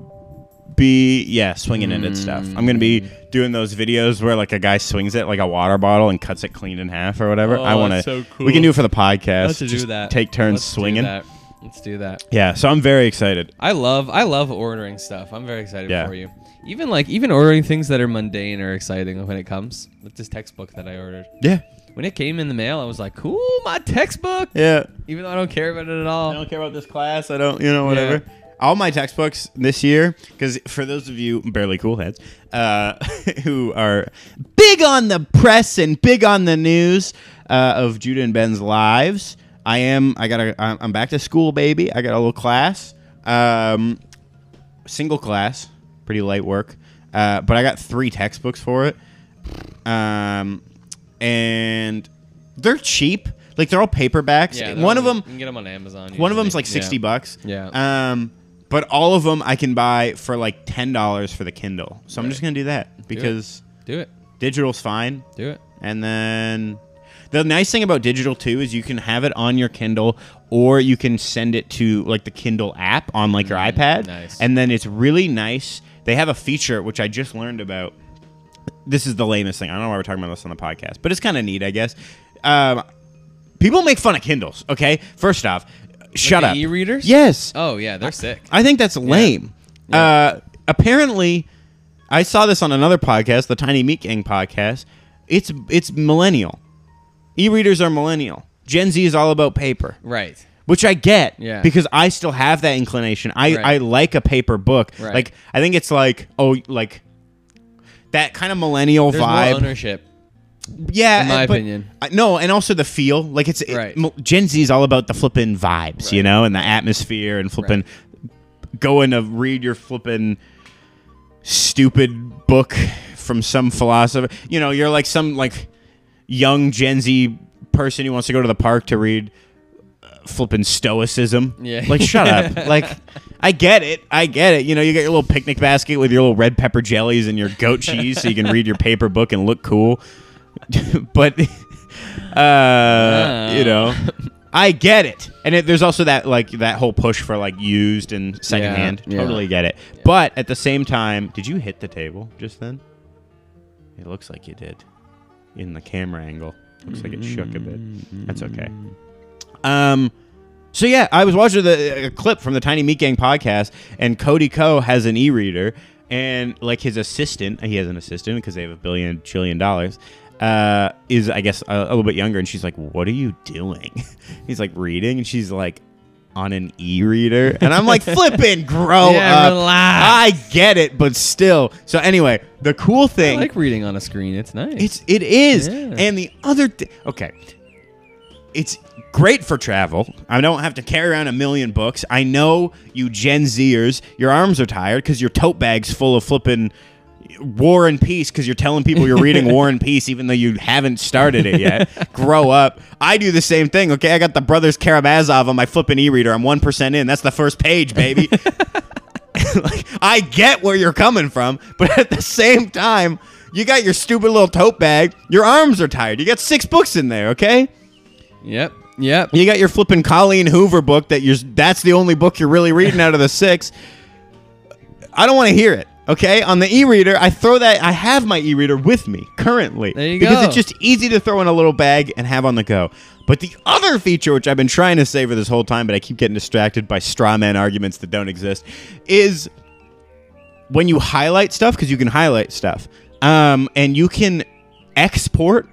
C: be yeah swinging it at stuff. I'm gonna be
B: Mm.
C: doing those videos where like a guy swings it like a water bottle and cuts it clean in half or whatever.
B: Oh,
C: I want to.
B: that's so cool.
C: We can do it for the podcast.
B: Let's do
C: Just
B: that.
C: Take turns
B: Let's do
C: swinging.
B: that. Let's do that.
C: Yeah. So I'm very excited.
B: I love I love ordering stuff. I'm very excited
C: Yeah.
B: for you. Even like even ordering things that are mundane or exciting when it comes. Like this textbook that I ordered.
C: Yeah.
B: When it came in the mail, I was like, "Cool, my textbook."
C: Yeah.
B: Even though I don't care about it at
C: I
B: all.
C: don't care about this class. I don't, you know, whatever. All my textbooks this year, because for those of you barely cool heads uh, who are big on the press and big on the news uh, of Judah and Ben's lives, I am. I got. a- I'm I'm back to school, baby. I got a little class, um, single class, pretty light work, uh, but I got three textbooks for it um, and they're cheap. Like they're all paperbacks.
B: Yeah,
C: one of
B: they're-
C: them,
B: you can get them on Amazon.
C: one of
B: usually.
C: them's like
B: Yeah.
C: sixty bucks.
B: Yeah.
C: Um, but all of them I can buy for like ten dollars for the Kindle. So I'm just gonna do that because
B: Do it.
C: digital's fine.
B: Do it.
C: And then the nice thing about digital too is you can have it on your Kindle or you can send it to like the Kindle app on like your iPad.
B: Mm, nice.
C: And then it's really nice. They have a feature which I just learned about. This is the lamest thing. I don't know why we're talking about this on the podcast, but it's kind of neat, I guess. Um, people make fun of Kindles, okay? First off, shut
B: the
C: up.
B: e-readers?
C: Yes.
B: Oh yeah, they're sick.
C: I think that's lame. Uh, apparently, I saw this on another podcast, the Tiny Meat Gang podcast. It's it's millennial. E-readers are millennial. Gen Z is all about paper,
B: Right.
C: which I get
B: Yeah.
C: because I still have that inclination. I,
B: Right.
C: I like a paper book.
B: Right.
C: Like I think it's like oh like that kind of millennial
B: There's
C: vibe.
B: more ownership.
C: Yeah,
B: in my
C: and- but-
B: opinion.
C: I- no, and also the feel. Like it's it-
B: Right.
C: mo- Gen Z is all about the flippin' vibes, you
B: Right.
C: know, and the atmosphere and flippin' going to read your flippin' stupid book from some philosopher. You know, you're like some like young Gen Z person who wants to go to the park to read uh, flippin' stoicism.
B: Yeah.
C: Like shut up. Like I get it. I get it. You know, you got your little picnic basket with your little red pepper jellies and your goat cheese so you can read your paper book and look cool. but uh,
B: Oh.
C: you know, I get it. And it, there's also that like that whole push for like used and secondhand.
B: yeah.
C: Totally get it. But at the same time, did you hit the table just then? It looks like you did. In the camera angle, looks like it shook a bit. That's okay.
B: Mm-hmm.
C: Um. So yeah, I was watching the a clip from the Tiny Meat Gang podcast, and Cody Ko has an e-reader, and like his assistant, he has an assistant because they have a billion trillion dollars. Uh, is I guess a, a little bit younger, and she's like, "What are you doing?" He's like reading, and she's like, "On an e-reader," and I'm like, "Flipping, grow
B: Yeah,
C: up." I
B: relax.
C: get it, but still. So anyway, the cool
B: I
C: thing
B: like reading on a screen. It's nice.
C: it's it is.
B: Yeah.
C: And the other thi- okay. It's great for travel. I don't have to carry around a million books. I know you Gen Zers, your arms are tired cuz your tote bag's full of flippin' War and Peace cuz you're telling people you're reading War and Peace even though you haven't started it yet. Grow up. I do the same thing. Okay, I got the Brothers Karamazov on my flippin' e-reader. I'm 1% in. That's the first page, baby. like I get where you're coming from, but at the same time, you got your stupid little tote bag. Your arms are tired. You got six books in there, okay?
B: yep. Yep.
C: You got your flipping Colleen Hoover book that you're that's the only book you're really reading out of the six. I don't want to hear it, Okay, on the e-reader, I throw that. I have my e-reader with me currently
B: There you
C: because
B: go.
C: it's just easy to throw in a little bag and have on the go. But the other feature, which I've been trying to say for this whole time, but I keep getting distracted by straw man arguments that don't exist, is when you highlight stuff because you can highlight stuff, um, and you can export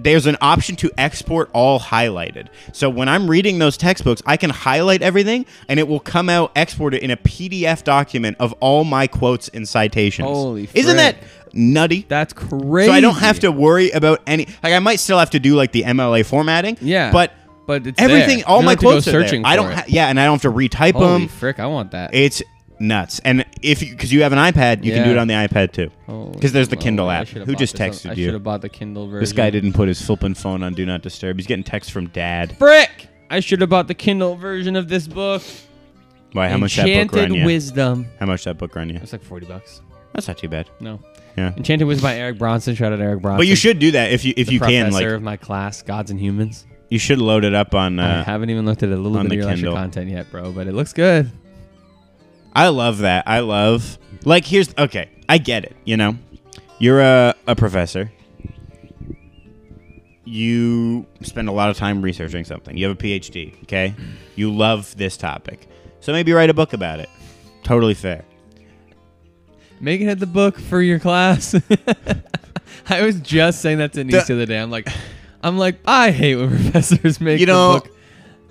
C: there's an option to export all highlighted. So when I'm reading those textbooks, I can highlight everything and it will come out exported in a PDF document of all my quotes and citations.
B: Holy
C: Isn't that
B: frick.
C: nutty?
B: That's crazy.
C: so I don't have to worry about any like I might still have to do like the MLA formatting.
B: Yeah,
C: But
B: but it's
C: everything
B: there.
C: all
B: You don't
C: my
B: have to go
C: quotes are there.
B: searching
C: I
B: for
C: don't
B: it.
C: ha- yeah, and I don't have to retype
B: Holy
C: them.
B: frick! I want that.
C: It's nuts. And if you cuz you have an iPad, you can do
B: Yeah.
C: it on the iPad too.
B: Holy
C: Cuz there's the
B: Lord,
C: Kindle
B: Oh, I
C: app.
B: should've
C: Who
B: bought
C: just
B: this on-
C: texted
B: I
C: you?
B: should have bought the Kindle version.
C: This guy didn't put his flippin' phone on Do Not Disturb. He's getting texts from dad.
B: Frick! I should have bought the Kindle version of this book.
C: Why? How much that book
B: Enchanted
C: run you?
B: Wisdom.
C: how much that book run you?
B: It's like forty bucks.
C: That's not too bad.
B: No.
C: Yeah.
B: Enchanted Wisdom by Eric Bronson. Shout out Eric Bronson.
C: But you should do that if you if
B: The
C: you can.
B: professor
C: Like
B: of my class, Gods and Humans.
C: you should load it up on.
B: I
C: Uh,
B: haven't even looked at a little bit
C: on
B: of
C: the
B: your lecture
C: Kindle.
B: content yet, bro. But it looks good.
C: I love that. I love. Like here's okay. I get it. You know, you're a a professor. You spend a lot of time researching something. You have a PhD. Okay. You love this topic, so maybe write a book about it. Totally fair.
B: Make it at the book for your class. I was just saying that to Denise the other day. I'm like, I'm like, I hate when professors make
C: You
B: the
C: know,
B: book.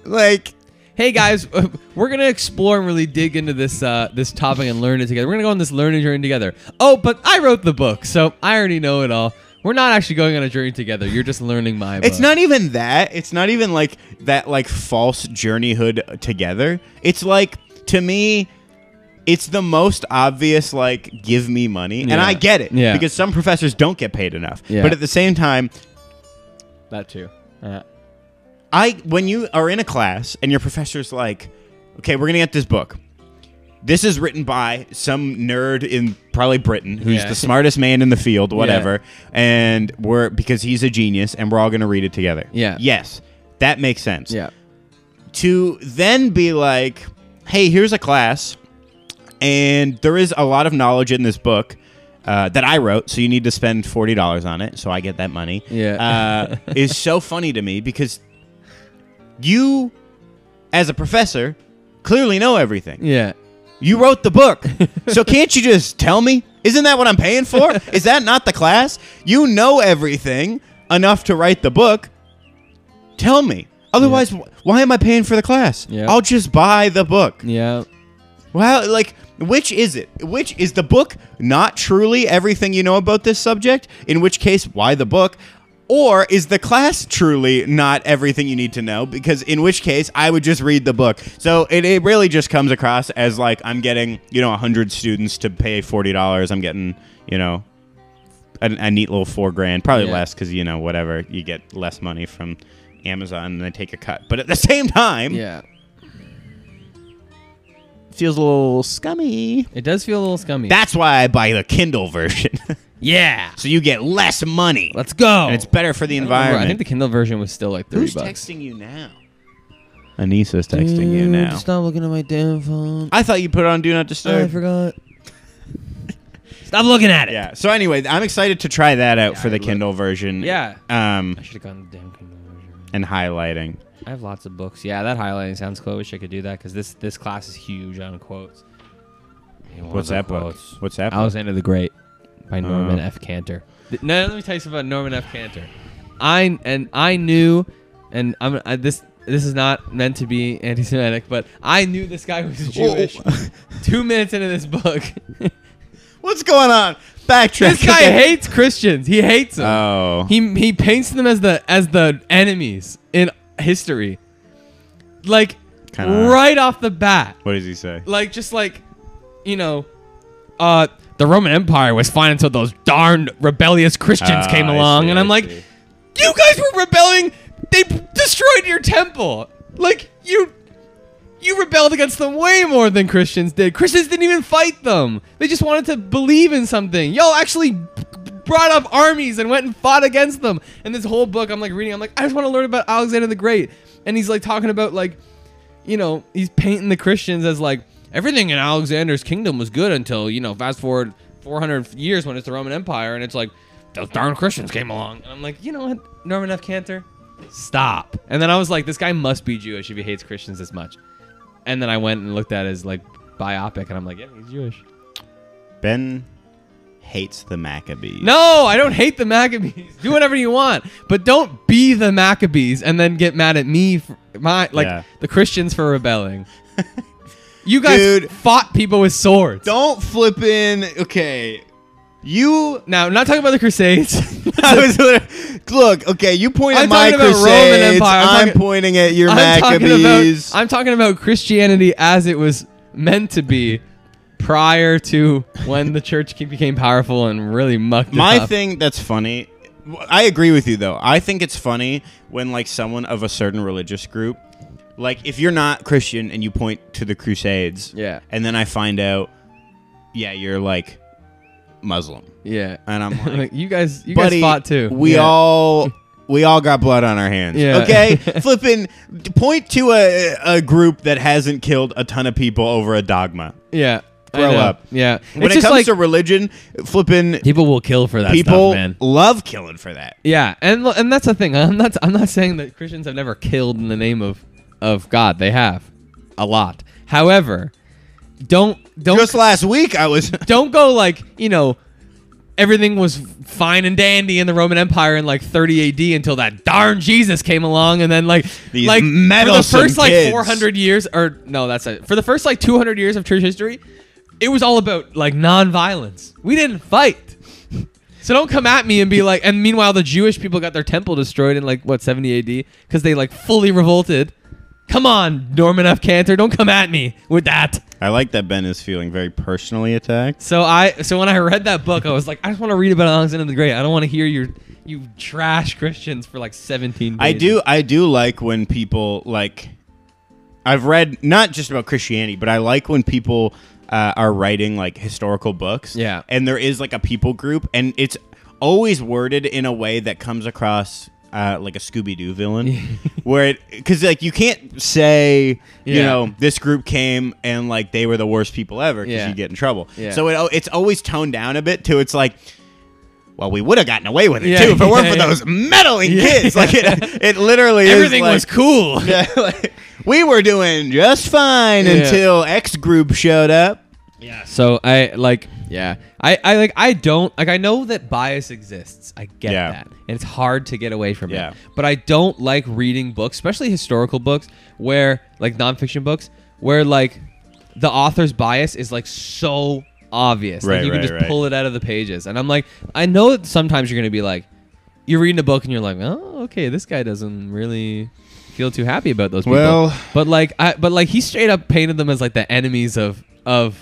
C: like
B: Hey guys, uh, we're gonna explore and really dig into this uh, this topic and learn it together. We're gonna go on this learning journey together. Oh, but I wrote the book, so I already know it all. We're not actually going on a journey together. You're just learning my book.
C: It's not even that. It's not even like that like false journeyhood together. It's like to me it's the most obvious like give me money and
B: Yeah.
C: I get it
B: Yeah.
C: because some professors don't get paid enough.
B: Yeah.
C: But at the same time,
B: that too. Uh,
C: I when you are in a class and your professor's like, "Okay, we're going to get this book." This is written by some nerd in probably Britain who's
B: Yeah.
C: the smartest man in the field, whatever. And we're because he's a genius and we're all going to read it together.
B: Yeah.
C: Yes. That makes sense
B: yeah.
C: to then be like, hey, here's a class, and there is a lot of knowledge in this book uh, that I wrote, so you need to spend forty dollars on it, so I get that money.
B: Yeah.
C: uh, is so funny to me because you, as a professor, clearly know everything.
B: Yeah.
C: You wrote the book. So can't you just tell me? Isn't that what I'm paying for? Is that not the class? You know everything enough to write the book. Tell me. Otherwise, wh- why am I paying for the class?
B: Yeah.
C: I'll just buy the book.
B: Yeah.
C: Well, like, which is it? Which is the book not truly everything you know about this subject? In which case, why the book? Or is the class truly not everything you need to know? Because in which case, I would just read the book. So it, it really just comes across as like I'm getting, you know, 100 students to pay $40. I'm getting, you know, a, a neat little four grand, probably
B: Yeah.
C: less because, you know, whatever. You get less money from Amazon and they take a cut. But at the same time,
B: Yeah.
C: it feels a little scummy.
B: It does feel a little scummy.
C: That's why I buy the Kindle version.
B: yeah.
C: so you get less money.
B: Let's go.
C: and it's better for the
B: I don't remember.
C: environment.
B: I think the Kindle version was still like thirty
C: Who's
B: bucks.
C: texting you now? Anissa's texting you now.
B: Mm, Stop looking at my damn phone.
C: I thought you put on Do Not
B: I
C: Disturb.
B: forgot. Stop looking at it.
C: yeah. So anyway, I'm excited to try that out for
B: I
C: the
B: look-
C: Kindle version.
B: Yeah.
C: Um,
B: I should have gotten the damn Kindle version.
C: and highlighting.
B: I have lots of books. Yeah, that highlighting sounds cool. I wish I could do that because this this class is huge on quotes. Man, one of
C: What's
B: the
C: that book?
B: quotes.
C: What's that book?
B: Alexander the Great by Norman
C: Oh.
B: F. Cantor. Uh-huh. Th- No, let me tell you something about Norman F. Cantor. I and I knew, and I'm I, this. This is not meant to be anti-Semitic, but I knew this guy was Jewish. Two minutes into this book,
C: What's going on? Backtrack.
B: this guy hates Christians. He hates them.
C: Oh.
B: He he paints them as the as the enemies in history. Like
C: Kinda-
B: right off the bat.
C: what does he say?
B: Like just like you know uh the Roman Empire was fine until those darned rebellious Christians
C: Ah,
B: came
C: I
B: along
C: see,
B: and I'm
C: I
B: like
C: see.
B: you guys were rebelling. They p- destroyed your temple. Like you you rebelled against them way more than Christians did. Christians didn't even fight them. They just wanted to believe in something. Y'all actually b- brought up armies and went and fought against them. And this whole book I'm like reading, I'm like, I just want to learn about Alexander the Great. And he's like talking about like, you know, he's painting the Christians as like everything in Alexander's kingdom was good until you know, fast forward 400 years when it's the Roman Empire, and it's like those darn Christians came along, and I'm like, you know what, Norman F. Cantor, stop. And then I was like, this guy must be Jewish if he hates Christians this much. And then I went and looked at his like biopic, and I'm like, yeah, he's Jewish.
C: Ben hates the Maccabees.
B: No, I don't hate the Maccabees. Do whatever you want, but don't be the Maccabees and then get mad at me for my like
C: Yeah.
B: the Christians for rebelling. You guys
C: Dude.
B: fought people with swords.
C: Don't flip in. Okay. You.
B: Now, I'm not talking about the Crusades.
C: I was literally- look, okay, you point at
B: I'm
C: my
B: talking about Roman
C: Crusades.
B: Empire. I'm
C: I'm,
B: talking-
C: pointing at your
B: I'm talking
C: Maccabees.
B: about I'm talking about Christianity as it was meant to be prior to when the church ke- became powerful and really mucked it
C: my
B: up.
C: thing that's funny. I agree with you though. I think it's funny when like someone of a certain religious group, like if you're not Christian and you point to the Crusades,
B: Yeah.
C: and then I find out, yeah, you're like Muslim,
B: yeah.
C: and I'm like,
B: Like, you guys you
C: buddy,
B: guys fought too.
C: We
B: Yeah.
C: all we all got blood on our hands.
B: Yeah.
C: Okay, flipping point to a a group that hasn't killed a ton of people over a dogma.
B: Yeah. I
C: Grow
B: know.
C: up.
B: Yeah.
C: When
B: It's
C: it
B: just
C: comes
B: like-
C: to religion, flipping
B: People will kill for that
C: people
B: stuff, man.
C: love killing for that.
B: Yeah, and l- and that's the thing. I'm not I'm not saying that Christians have never killed in the name of of God. They have a lot. However, don't don't
C: Just last week, I was
B: don't go like you know everything was fine and dandy in the Roman Empire in like 30 AD until that darn Jesus came along and then like
C: These
B: like
C: meddlesome
B: for the first
C: kids.
B: like 400 years or no that's it for the first like 200 years of church history it was all about like non-violence we didn't fight so don't come at me and be like and meanwhile the Jewish people got their temple destroyed in like what 70 AD because they like fully revolted come on Norman F Cantor don't come at me with that
C: I like that Ben is feeling very personally attacked.
B: so I so when I read that book, I was like, I just want to read about Alexander the Great. I don't want to hear your you trash Christians for like seventeen.
C: I
B: pages.
C: do I do like when people like I've read not just about Christianity, but I like when people uh, are writing like historical books.
B: Yeah.
C: And there is like a people group and it's always worded in a way that comes across uh, like a Scooby Doo villain, where it because like you can't say you
B: Yeah.
C: know this group came and like they were the worst people ever because
B: Yeah.
C: you get in trouble.
B: Yeah.
C: So it, al- it's always toned down a bit to it's like well, we would have gotten away with it
B: Yeah,
C: too if it weren't
B: yeah,
C: for
B: yeah.
C: those meddling kids.
B: yeah.
C: Like it, it literally
B: Everything
C: is like,
B: was cool.
C: Yeah, like, we were doing just fine
B: Yeah.
C: until X group showed up.
B: So I like yeah. I I like I don't like I know that bias exists. I get
C: Yeah.
B: that. And it's hard to get away from
C: Yeah.
B: it. But I don't like reading books, especially historical books where like nonfiction books where like the author's bias is like so obvious.
C: Right,
B: like you
C: right,
B: can just
C: right.
B: pull it out of the pages. And I'm like I know that sometimes you're going to be like you're reading a book and you're like, "Oh, okay, this guy doesn't really feel too happy about those people."
C: Well-
B: but like I but like he straight up painted them as like the enemies of of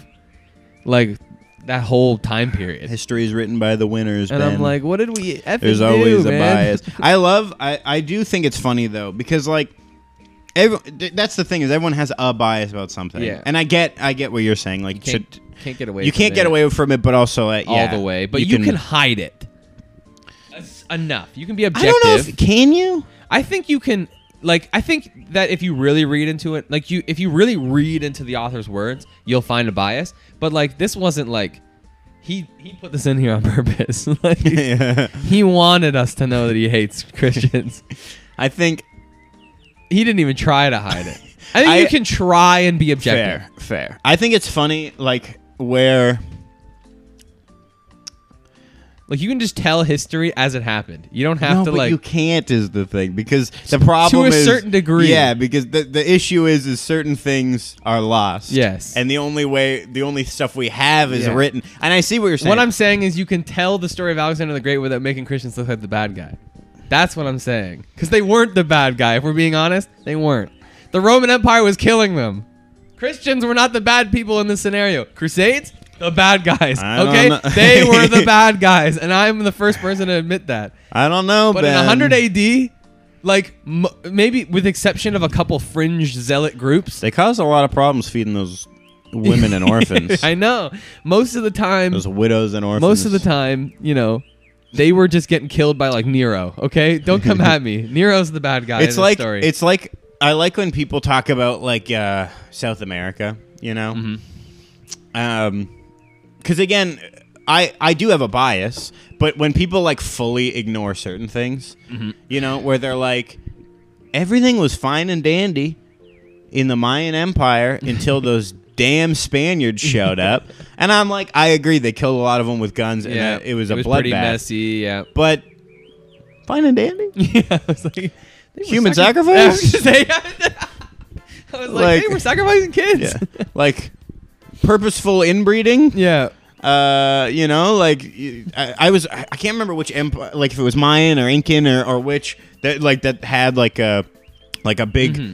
B: like that whole time period.
C: History is written by the winners,
B: And I'm
C: Ben.
B: like, what did we? Effing
C: there's always
B: do,
C: a
B: man?
C: bias. I love. I I do think it's funny though because like. Every, th- that's the thing is everyone has a bias about something,
B: Yeah.
C: and I get I get what you're saying. Like
B: Can't,
C: should-
B: can't get away.
C: you
B: from
C: can't get
B: it
C: away from it, but also uh,
B: all
C: yeah,
B: the way, but you, can, hide it. That's enough. You can be
C: I
B: objective.
C: don't know if can you.
B: I think you can like I think that if you really read into it, like you if you really read into the author's words, you'll find a bias. But like this wasn't like he he put this in here on purpose. like he wanted us to know that he hates Christians.
C: I think
B: he didn't even try to hide it. I think
C: I-
B: you can try and be objective.
C: Fair, fair. I think it's funny, like where
B: Like you can just tell history as it happened. You don't have
C: no,
B: to
C: but
B: like
C: you can't is the thing because the problem
B: to a
C: is-
B: certain degree.
C: Yeah, because the the issue is is certain things are lost.
B: Yes.
C: and the only way, the only stuff we have is
B: Yeah.
C: written. And I see what you're saying.
B: What I'm saying is you can tell the story of Alexander the Great without making Christians look like the bad guy. That's what I'm saying. Because they weren't the bad guy. If we're being honest, they weren't. The Roman Empire was killing them. Christians were not the bad people in this scenario. Crusades, the bad guys.
C: I don't
B: Okay,
C: know.
B: they were the bad guys, and I'm the first person to admit that.
C: I don't know,
B: But
C: ben.
B: in 100 AD, like m- maybe with exception of a couple fringe zealot groups,
C: they cause a lot of problems feeding those women and orphans,
B: I know most of the time
C: those widows and orphans.
B: most of the time, you know, they were just getting killed by like Nero. Okay, don't come at me. Nero's the bad guy.
C: it's
B: in
C: like
B: the story.
C: it's like I like when people talk about like uh, South America. you know? Um, because again, I I do have a bias, but when people like fully ignore certain things, you know, where they're like, everything was fine and dandy in the Mayan Empire until those damn Spaniards showed up, and I'm like, I agree, they killed a lot of them with guns, and
B: Yeah,
C: uh, it was a
B: pretty
C: bloodbath,
B: messy. Yeah,
C: but fine and dandy.
B: yeah. I was like, they were
C: Human
B: sacri-
C: sacrifice?
B: I was just saying- I was like,
C: Like-
B: they were sacrificing kids.
C: yeah, like purposeful inbreeding.
B: yeah.
C: uh, you know, like y- I, I was, I I can't remember which empire, like if it was Mayan or Incan or, or which that like that had like a, like a big,
B: Mm-hmm.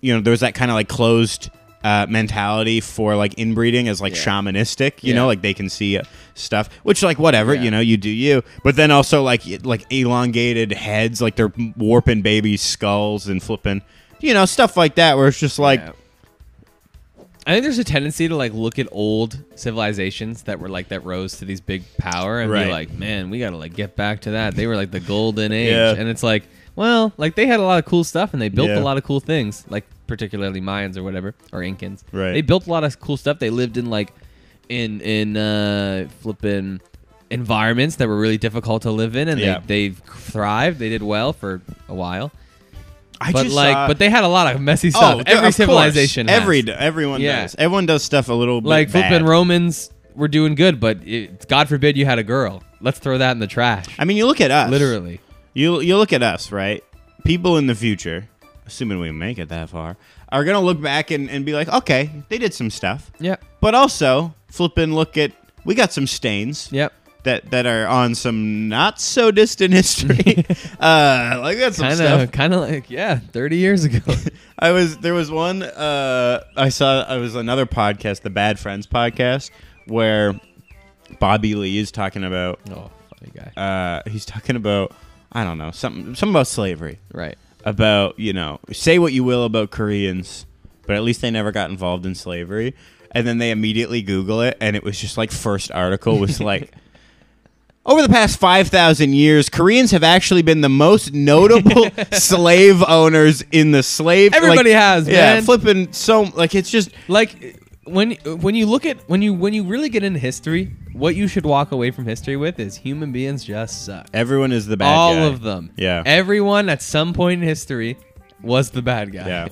C: you know, there was that kind of like closed uh, mentality for like inbreeding as like
B: Yeah.
C: shamanistic, you
B: Yeah.
C: know, like they can see uh, stuff, which like whatever,
B: Yeah.
C: you know, you do you, but then also like y- like elongated heads, like they're warping babies' skulls and flipping, you know, stuff like that, where it's just like.
B: Yeah. I think there's a tendency to like look at old civilizations that were like that rose to these big power and
C: Right.
B: be like, man, we gotta like get back to that. They were like the golden age,
C: Yeah.
B: and it's like, well, like they had a lot of cool stuff and they built
C: Yeah.
B: a lot of cool things, like particularly Mayans or whatever or Incans.
C: Right.
B: They built a lot of cool stuff. They lived in like in in uh flipping environments that were really difficult to live in, and
C: Yeah.
B: they they thrived. They did well for a while,
C: I
B: but
C: just uh,
B: like,
C: saw-
B: but they had a lot of messy stuff.
C: th-
B: Every
C: Oh, of course.
B: civilization, has
C: every everyone
B: Yeah.
C: does. Everyone does stuff a little bit
B: like
C: bad.
B: flipping Romans were doing good, but it, God forbid you had a girl. Let's throw that in the trash.
C: I mean, you look at us.
B: Literally.
C: you you look at us, right? People in the future, assuming we make it that far, are gonna look back and, and be like, okay, they did some stuff,
B: Yep.
C: but also flipping look at we got some stains.
B: Yep.
C: That, that are on some not so distant history. uh, like that's some
B: Kind
C: stuff.
B: of, kind of like yeah, thirty years ago.
C: I was there was one uh, I saw I was another podcast, the Bad Friends podcast, where Bobby Lee is talking about
B: oh, funny guy.
C: uh, he's talking about I don't know something something about slavery
B: Right.
C: about you know say what you will about Koreans, but at least they never got involved in slavery. And then they immediately Google it, and it was just like first article was like. Over the past 5,000 years, Koreans have actually been the most notable slave owners in the slave. like-
B: Everybody has,
C: yeah,
B: man.
C: flipping so like it's just
B: Like when when you look at when you when you really get into history, what you should walk away from history with is human beings just suck.
C: everyone is the bad
B: All
C: guy.
B: of them.
C: Yeah.
B: Everyone at some point in history was the bad guy.
C: Yeah.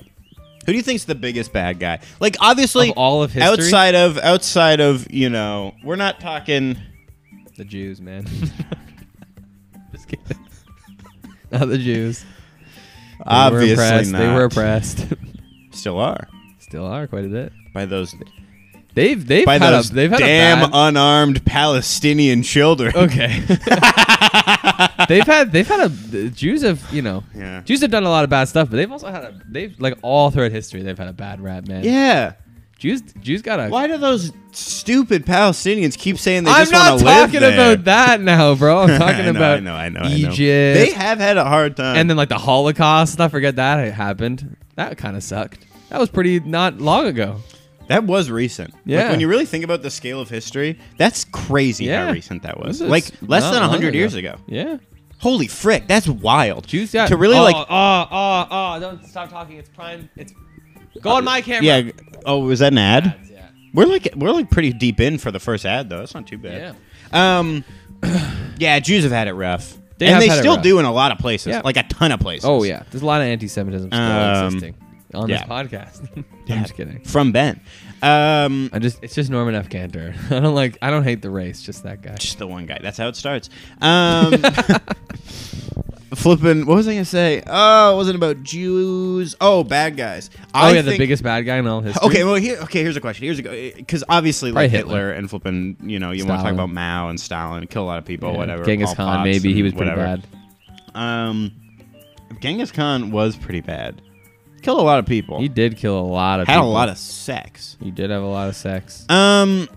C: Who do you think's the biggest bad guy? Like obviously
B: Of all of history?
C: outside of outside of, you know, we're not talking
B: The Jews, man. Just kidding. Not the Jews. They were
C: obviously
B: oppressed.
C: not.
B: They were oppressed.
C: Still are
B: Still are quite a bit.
C: by those
B: They've they've
C: by
B: had
C: those
B: a they've had
C: damn
B: a bad,
C: unarmed Palestinian children.
B: okay. they've had they've had a the Jews have you know
C: Yeah.
B: Jews have done a lot of bad stuff, but they've also had a they've like all throughout history they've had a bad rap man.
C: Yeah.
B: Jews Jews got a.
C: Why do those stupid Palestinians keep saying they
B: I'm
C: just want
B: not
C: to live
B: talking about that now, bro. I'm talking about
C: I know, I know, I know.
B: Egypt.
C: They have had a hard time.
B: and then like the Holocaust and I forget that it happened. That kind of sucked. That was pretty not long ago.
C: That was recent.
B: Yeah.
C: Like, when you really think about the scale of history, that's crazy
B: Yeah.
C: how recent that was.
B: This is
C: Like less
B: not
C: than
B: long
C: 100 years ago.
B: Yeah.
C: Holy frick, that's wild.
B: Juice got
C: to really
B: oh,
C: like
B: oh oh oh don't stop talking. It's prime. It's go on my camera.
C: Uh, yeah. Oh, was that an ad?
B: Ads, yeah.
C: We're like we're like pretty deep in for the first ad though. That's not too bad. Yeah. Um Yeah, Jews have had it rough.
B: They
C: and
B: have
C: they
B: had it
C: still
B: rough.
C: do in a lot of places.
B: Yeah.
C: Like a ton of places.
B: Oh yeah. There's a lot of anti-Semitism still
C: Um,
B: existing on
C: yeah.
B: this podcast.
C: Yeah.
B: I'm just kidding.
C: From Ben. Um
B: I just it's just Norman F. Cantor. I don't like I don't hate the race, just that guy.
C: just the one guy. That's how it starts. Um, flipping. What was I gonna say? Oh, it wasn't about Jews. Oh, bad guys.
B: Oh yeah, the biggest bad guy in all history.
C: Okay, well here. Okay, here's a question. Here's a because obviously
B: Probably
C: like
B: Hitler.
C: Hitler. and flipping. You know, you want to talk
B: Stalin.
C: about Mao and Stalin, kill a lot of people,
B: Yeah.
C: whatever.
B: Genghis
C: Pol
B: Khan
C: Pots
B: maybe he
C: and
B: was pretty
C: whatever.
B: bad.
C: Um, Genghis Khan was pretty bad. Killed a lot of people.
B: He did kill a lot of
C: had a
B: people.
C: lot of sex.
B: He did have a lot of sex.
C: Um,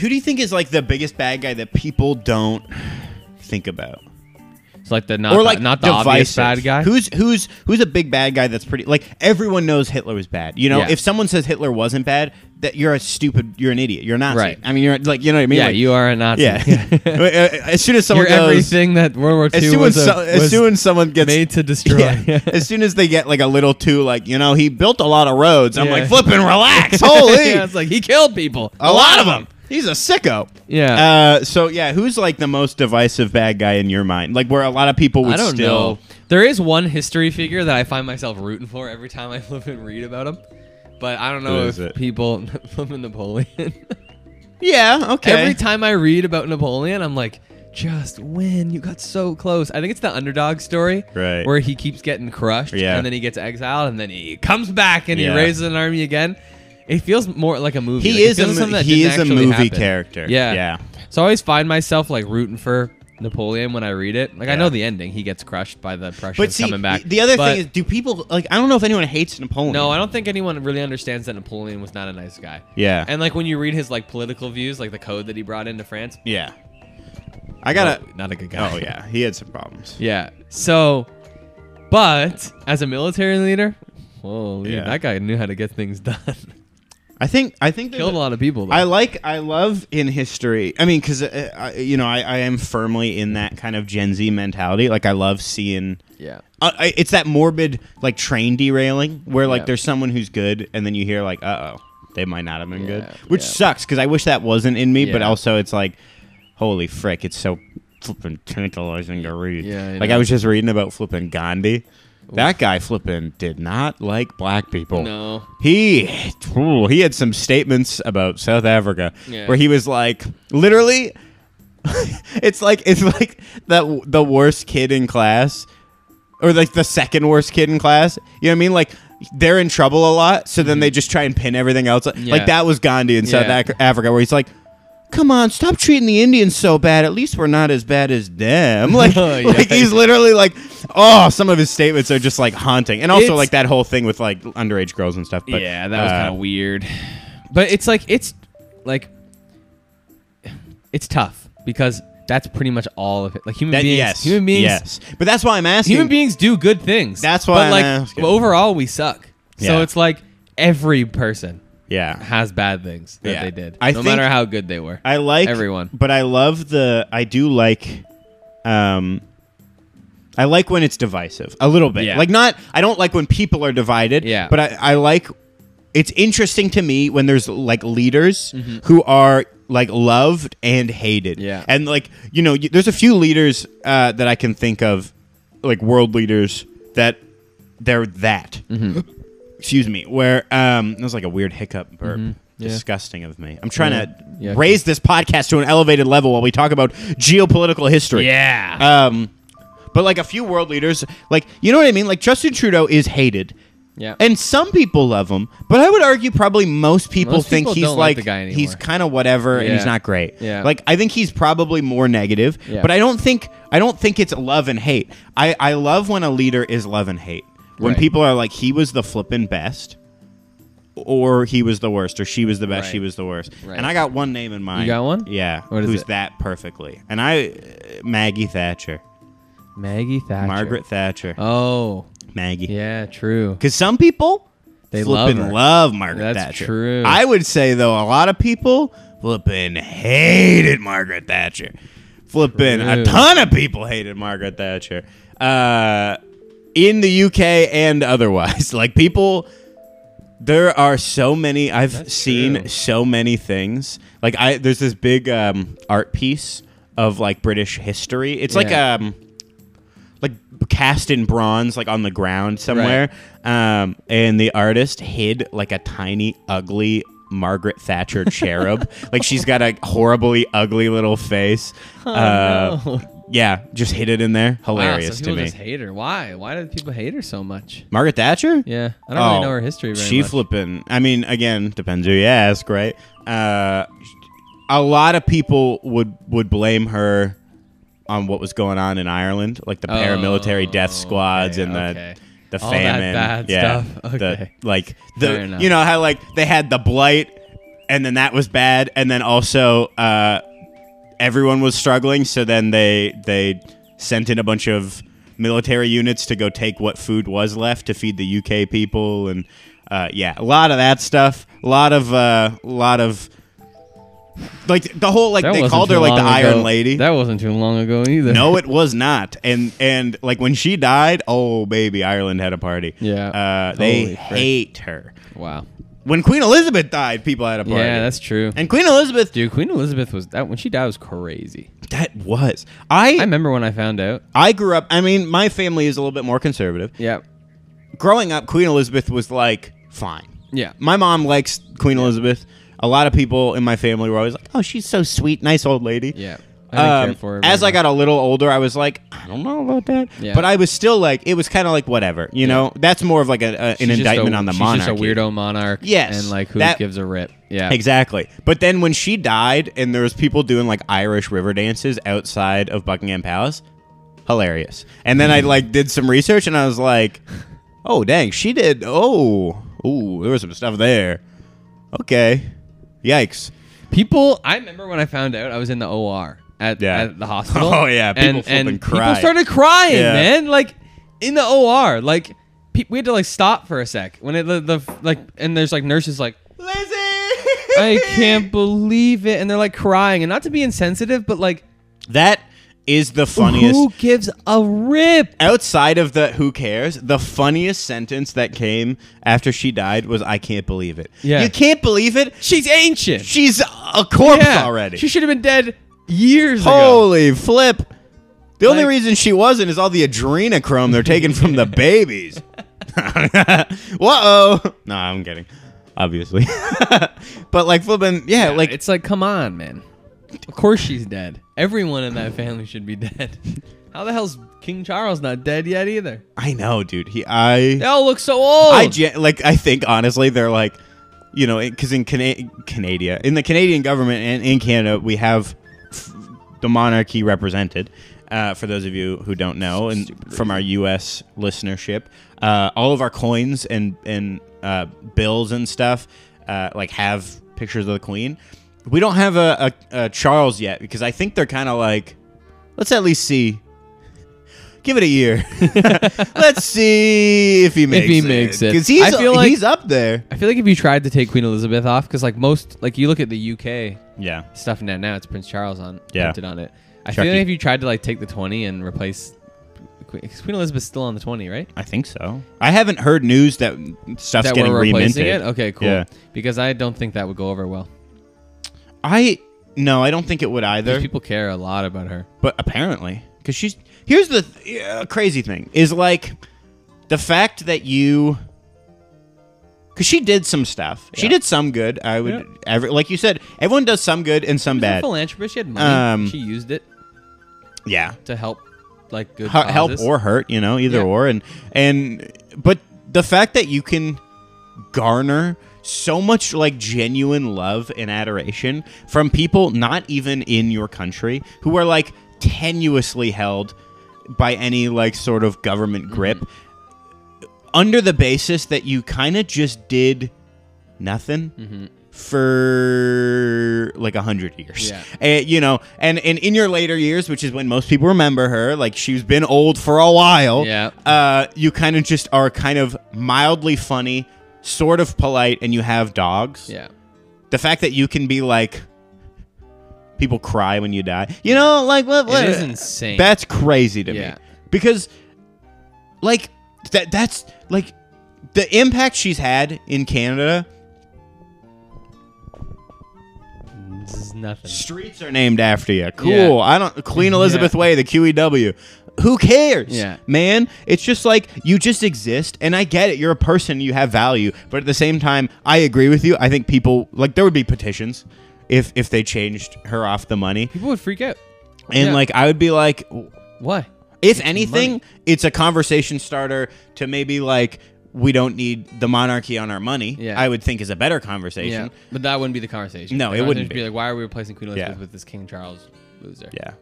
C: who do you think is like the biggest bad guy that people don't think about?
B: It's like the not the, not the obvious
C: divisive.
B: bad guy.
C: Who's who's who's a big bad guy that's pretty like everyone knows Hitler was bad. You know,
B: Yeah.
C: if someone says Hitler wasn't bad, that you're a stupid, you're an idiot, you're not.
B: Right.
C: I mean, you're like, you know what I mean?
B: yeah,
C: Like,
B: you are a Nazi.
C: Yeah. as soon as someone
B: You're
C: goes,
B: everything that World War
C: as
B: II
C: soon
B: was,
C: as,
B: a,
C: so, as
B: was
C: soon as someone gets
B: made to destroy.
C: Yeah. as soon as they get like a little too like you know he built a lot of roads. I'm
B: Yeah.
C: like flipping relax. Holy,
B: yeah, it's like he killed people.
C: a lot of them. He's a sicko.
B: Yeah.
C: Uh, so yeah, who's like the most divisive bad guy in your mind? Like where a lot of people would
B: I don't
C: still.
B: know. There is one history figure that I find myself rooting for every time I flip and read about him. But I don't know
C: Who
B: if
C: is it?
B: people flipping Napoleon.
C: Yeah. Okay.
B: Every time I read about Napoleon, I'm like, just win. You got so close. I think it's the underdog story,
C: Right.
B: Where he keeps getting crushed,
C: Yeah.
B: and then he gets exiled, and then he comes back and
C: Yeah.
B: he raises an army again. It feels more like a movie.
C: He
B: Like, it
C: is a
B: feels like
C: mo-
B: something that
C: he
B: didn't
C: is a
B: actually
C: movie
B: happen.
C: character.
B: Yeah,
C: Yeah.
B: So I always find myself like rooting for Napoleon when I read it. Like I
C: Yeah.
B: know the ending. He gets crushed by the Prussians
C: But see,
B: coming back.
C: the other
B: But
C: thing is, do people like? I don't know if anyone hates Napoleon.
B: no, I don't think anyone really understands that Napoleon was not a nice guy.
C: Yeah.
B: And like when you read his like political views, like the code that he brought into France,
C: yeah. I gotta.
B: no, not a good guy.
C: Oh yeah, he had some problems.
B: Yeah. So, but as a military leader, holy,
C: Yeah.
B: that guy knew how to get things done.
C: I think. I think.
B: Killed a
C: there's-
B: lot of people. Though.
C: I like, I love in history. I mean, because uh, I- you know, I, I am firmly in that kind of Gen Z mentality. Like, I love seeing.
B: yeah.
C: Uh, I- it's that morbid like train derailing where like
B: Yeah.
C: there's someone who's good and then you hear like uh oh they might not have been good
B: Yeah,
C: which
B: yeah.
C: sucks because I wish that wasn't in me but
B: Yeah.
C: also it's like holy frick it's so flipping tantalizing to read
B: Yeah, I
C: like
B: know.
C: I was just reading about flipping Gandhi that guy flipping did not like black people
B: No.
C: he ooh, he had some statements about South Africa
B: Yeah.
C: where he was like literally it's like it's like that the worst kid in class or like the second worst kid in class. You know what I mean? Like they're in trouble a lot, so then they just try and pin everything else.
B: Mm-hmm. Yeah.
C: Like that was Gandhi in South
B: Yeah.
C: Ac- Africa, where he's like, "Come on, stop treating the Indians so bad. At least we're not as bad as them." Like,
B: Oh, yeah.
C: like he's literally like, "Oh, some of his statements are just like haunting." And also
B: It's-
C: like that whole thing with like underage girls and stuff. But,
B: yeah, that was
C: uh,
B: kind of weird. But it's like it's like it's tough because that's pretty much all of it. Like human
C: that-
B: beings,
C: yes,
B: human beings,
C: yes. But that's why I'm asking.
B: human beings do good things.
C: That's why
B: But
C: I'm
B: like
C: asking.
B: overall, we suck. So
C: Yeah.
B: it's like every person
C: yeah,
B: has bad things that
C: Yeah.
B: they did,
C: I
B: no
C: think-
B: matter how good they were.
C: I like
B: Everyone.
C: but I love the. I do like, um, I like when it's divisive a little bit.
B: Yeah.
C: Like not. I don't like when people are divided.
B: Yeah.
C: But I, I like. It's interesting to me when there's like leaders who are like loved and hated.
B: Mm-hmm. Yeah.
C: And like you know, y- there's a few leaders uh, that I can think of, like world leaders that they're that.
B: Mm-hmm.
C: Excuse me. Where um, that was like a weird hiccup burp.
B: Mm-hmm. Yeah.
C: Disgusting of me. I'm trying
B: Yeah.
C: to raise this podcast to an elevated level while we talk about geopolitical history.
B: yeah.
C: Um, but like a few world leaders, like you know what I mean. Like Justin Trudeau is hated.
B: Yeah.
C: And some people love him, but I would argue probably most people
B: Most
C: think
B: people
C: he's
B: don't like
C: like,
B: the guy anymore.
C: he's kind of whatever and
B: Yeah.
C: he's not great.
B: Yeah.
C: Like I think he's probably more negative,
B: Yeah.
C: but I don't think I don't think it's love and hate. I I love when a leader is love and hate. When
B: Right.
C: people are like he was the flippin' best or he was the worst or she was the best,
B: Right.
C: she was the worst.
B: Right.
C: And I got one name in mind.
B: got one?
C: Yeah.
B: What is
C: who's
B: it?
C: that perfectly? And I uh, Maggie Thatcher.
B: Maggie Thatcher.
C: Margaret Thatcher.
B: Oh,
C: Maggie.
B: yeah, true.
C: Because some people
B: They
C: flippin'
B: love her.
C: Margaret
B: That's
C: Thatcher.
B: true.
C: I would say though, a lot of people flippin' hated Margaret Thatcher. Flippin'
B: True.
C: a ton of people hated Margaret Thatcher. Uh, in the UK and otherwise, like people. There are so many. I've seen
B: true.
C: so many things. Like I, there's this big um, art piece of like British history. It's like
B: Yeah.
C: um, like cast in bronze, like on the ground somewhere. Um, and the artist hid like a tiny, ugly Margaret Thatcher cherub. like she's got a horribly ugly little face. uh,
B: Oh, no.
C: Yeah, just hid it in there.
B: Wow,
C: Hilarious
B: Ah, so people
C: to me.
B: just hate her. Why? Why do people hate her so much?
C: Margaret Thatcher?
B: Yeah, I don't
C: Oh,
B: really know her history very
C: she
B: much.
C: flipping. I mean, again, depends who you ask, right? Uh, a lot of people would would blame her on what was going on in Ireland, like the paramilitary death
B: Oh,
C: squads
B: okay,
C: and the
B: okay.
C: the
B: All that
C: famine.
B: bad
C: yeah,
B: stuff.
C: the-
B: Okay.
C: like
B: Fair
C: the
B: enough.
C: you know how like they had the blight, and then that was bad, and then also. Uh, everyone was struggling so then they they sent in a bunch of military units to go take what food was left to feed the UK people and uh, yeah, a lot of that stuff. A lot of uh, lot of like the whole like
B: That
C: they
B: wasn't
C: called her
B: too
C: like the
B: long
C: Iron
B: ago.
C: Lady.
B: That wasn't too long ago either.
C: no, it was not. And and like when she died, oh baby, Ireland had a party.
B: Yeah.
C: uh, they
B: Holy frick.
C: hate her.
B: Wow.
C: When Queen Elizabeth died, people had a party.
B: Yeah, that's true.
C: and Queen Elizabeth,
B: Dude, Queen Elizabeth was that when she died was crazy.
C: that was
B: I
C: I
B: remember when I found out.
C: I grew up. I mean, my family is a little bit more conservative.
B: Yeah.
C: growing up, Queen Elizabeth was like fine.
B: Yeah.
C: My mom likes Queen Elizabeth. A lot of people in my family were always like, "Oh, she's so sweet, nice old lady."
B: Yeah. I didn't
C: Um,
B: care for her
C: as
B: very
C: I got a little older, I was like, "I don't know about that,"
B: Yeah.
C: but I was still like, it was kind of like whatever, you know. That's more of like a, a- an
B: She's just
C: indictment
B: a-
C: on the
B: she's
C: monarchy.
B: just a weirdo monarch.
C: Yes,
B: And like who
C: that-
B: gives a rip. Yeah.
C: Exactly. But then when she died, and there was people doing like Irish river dances outside of Buckingham Palace, hilarious. And then I like did some research, and I was like, oh dang, she did. Oh, ooh, there was some stuff there. Okay, yikes.
B: People, I remember when I found out I was in the OR at,
C: Yeah.
B: at the hospital.
C: Oh, yeah, people
B: and,
C: flipping
B: and
C: cried.
B: people started crying,
C: Yeah.
B: man. Like in the OR, like pe- we had to like stop for a sec when it the, the like and there's like nurses like
C: Lizzie,
B: I can't believe it, and they're like crying, and not to be insensitive, but like
C: That is the funniest.
B: who gives a rip?
C: Outside of the who cares, the funniest sentence that came after she died was I can't believe it.
B: Yeah.
C: You can't believe it?
B: She's ancient.
C: She's a corpse
B: yeah,
C: already.
B: She should have been dead years ago.
C: Holy flip. The only
B: Like-
C: reason she wasn't is all the adrenochrome they're taking from the babies. Whoa. No, I'm kidding. Obviously. but like flipping, yeah,
B: Like
C: like
B: it's like, come on, man. Of course she's dead. Everyone in that family should be dead. How the hell's King Charles not dead yet either?
C: I know, dude. He I
B: They all look so old.
C: I gen- like I think honestly they're like you know, cuz in Cana- Canada, in the Canadian government and in Canada, we have f- the monarchy represented. Uh, for those of you who don't know, and from our U.S. listenership, uh, all of our coins and and uh, bills and stuff uh, like have pictures of the Queen. We don't have a, a, a Charles yet because I think they're kind of like, let's at least see. Give it a year. let's see if he makes
B: he makes it.
C: because he's
B: I feel like-
C: he's up there.
B: I feel like if you tried to take Queen Elizabeth off, because like most, like you look at the UK
C: Yeah.
B: stuff now, now it's Prince Charles on
C: Yeah.
B: printed on it. I
C: Chucky.
B: feel like if you tried to like take the twenty and replace Queen, 'cause Queen Elizabeth's still on the twenty, right?
C: I think so. I haven't heard news that stuff's
B: that
C: getting
B: we're replacing
C: reminted.
B: it. Okay, cool.
C: Yeah.
B: Because I don't think that would go over well.
C: I no, I don't think it would either.
B: Because people care a lot about her.
C: but apparently, because she's here's the th- uh, crazy thing is like the fact that you because she did some stuff. She
B: Yeah.
C: did some good. I would
B: Yeah.
C: every, like you said, everyone does some good and some
B: She was a
C: bad.
B: philanthropist. She had money.
C: Um,
B: she used it
C: Yeah,
B: to help, like good
C: H- help
B: causes.
C: or hurt, you know, either
B: Yeah.
C: or. And and but the fact that you can garner so much like genuine love and adoration from people not even in your country who are like tenuously held by any like sort of government grip under the basis that you kind of just did nothing
B: Mm-hmm.
C: for like a hundred years.
B: Yeah.
C: And, you know, and, and in your later years, which is when most people remember her, like she's been old for a while.
B: Yeah.
C: Uh, you kind of just are kind of mildly funny, sort of polite, and you have dogs.
B: Yeah.
C: The fact that you can be like, people cry when you die. You know, like what? what
B: It is insane.
C: that's crazy to
B: Yeah.
C: me. Because like that that's like the impact she's had in Canada.
B: this is nothing.
C: Streets are named after you. Cool.
B: Yeah.
C: I don't Queen Elizabeth Way, the QEW. Who cares?
B: Yeah.
C: Man, it's just like you just exist and I get it. You're a person, you have value, but at the same time, I agree with you. I think people like there would be petitions if if they changed her off the money.
B: People would freak out.
C: And
B: Yeah.
C: like I would be like
B: Why?
C: If anything,
B: money.
C: it's a conversation starter to maybe like we don't need the monarchy on our money.
B: Yeah.
C: I would think is a better conversation.
B: Yeah. But that wouldn't be the conversation.
C: No,
B: The
C: it wouldn't
B: conversation would
C: be.
B: be like, why are we replacing Queen Elizabeth
C: Yeah.
B: with this King Charles loser?
C: Yeah.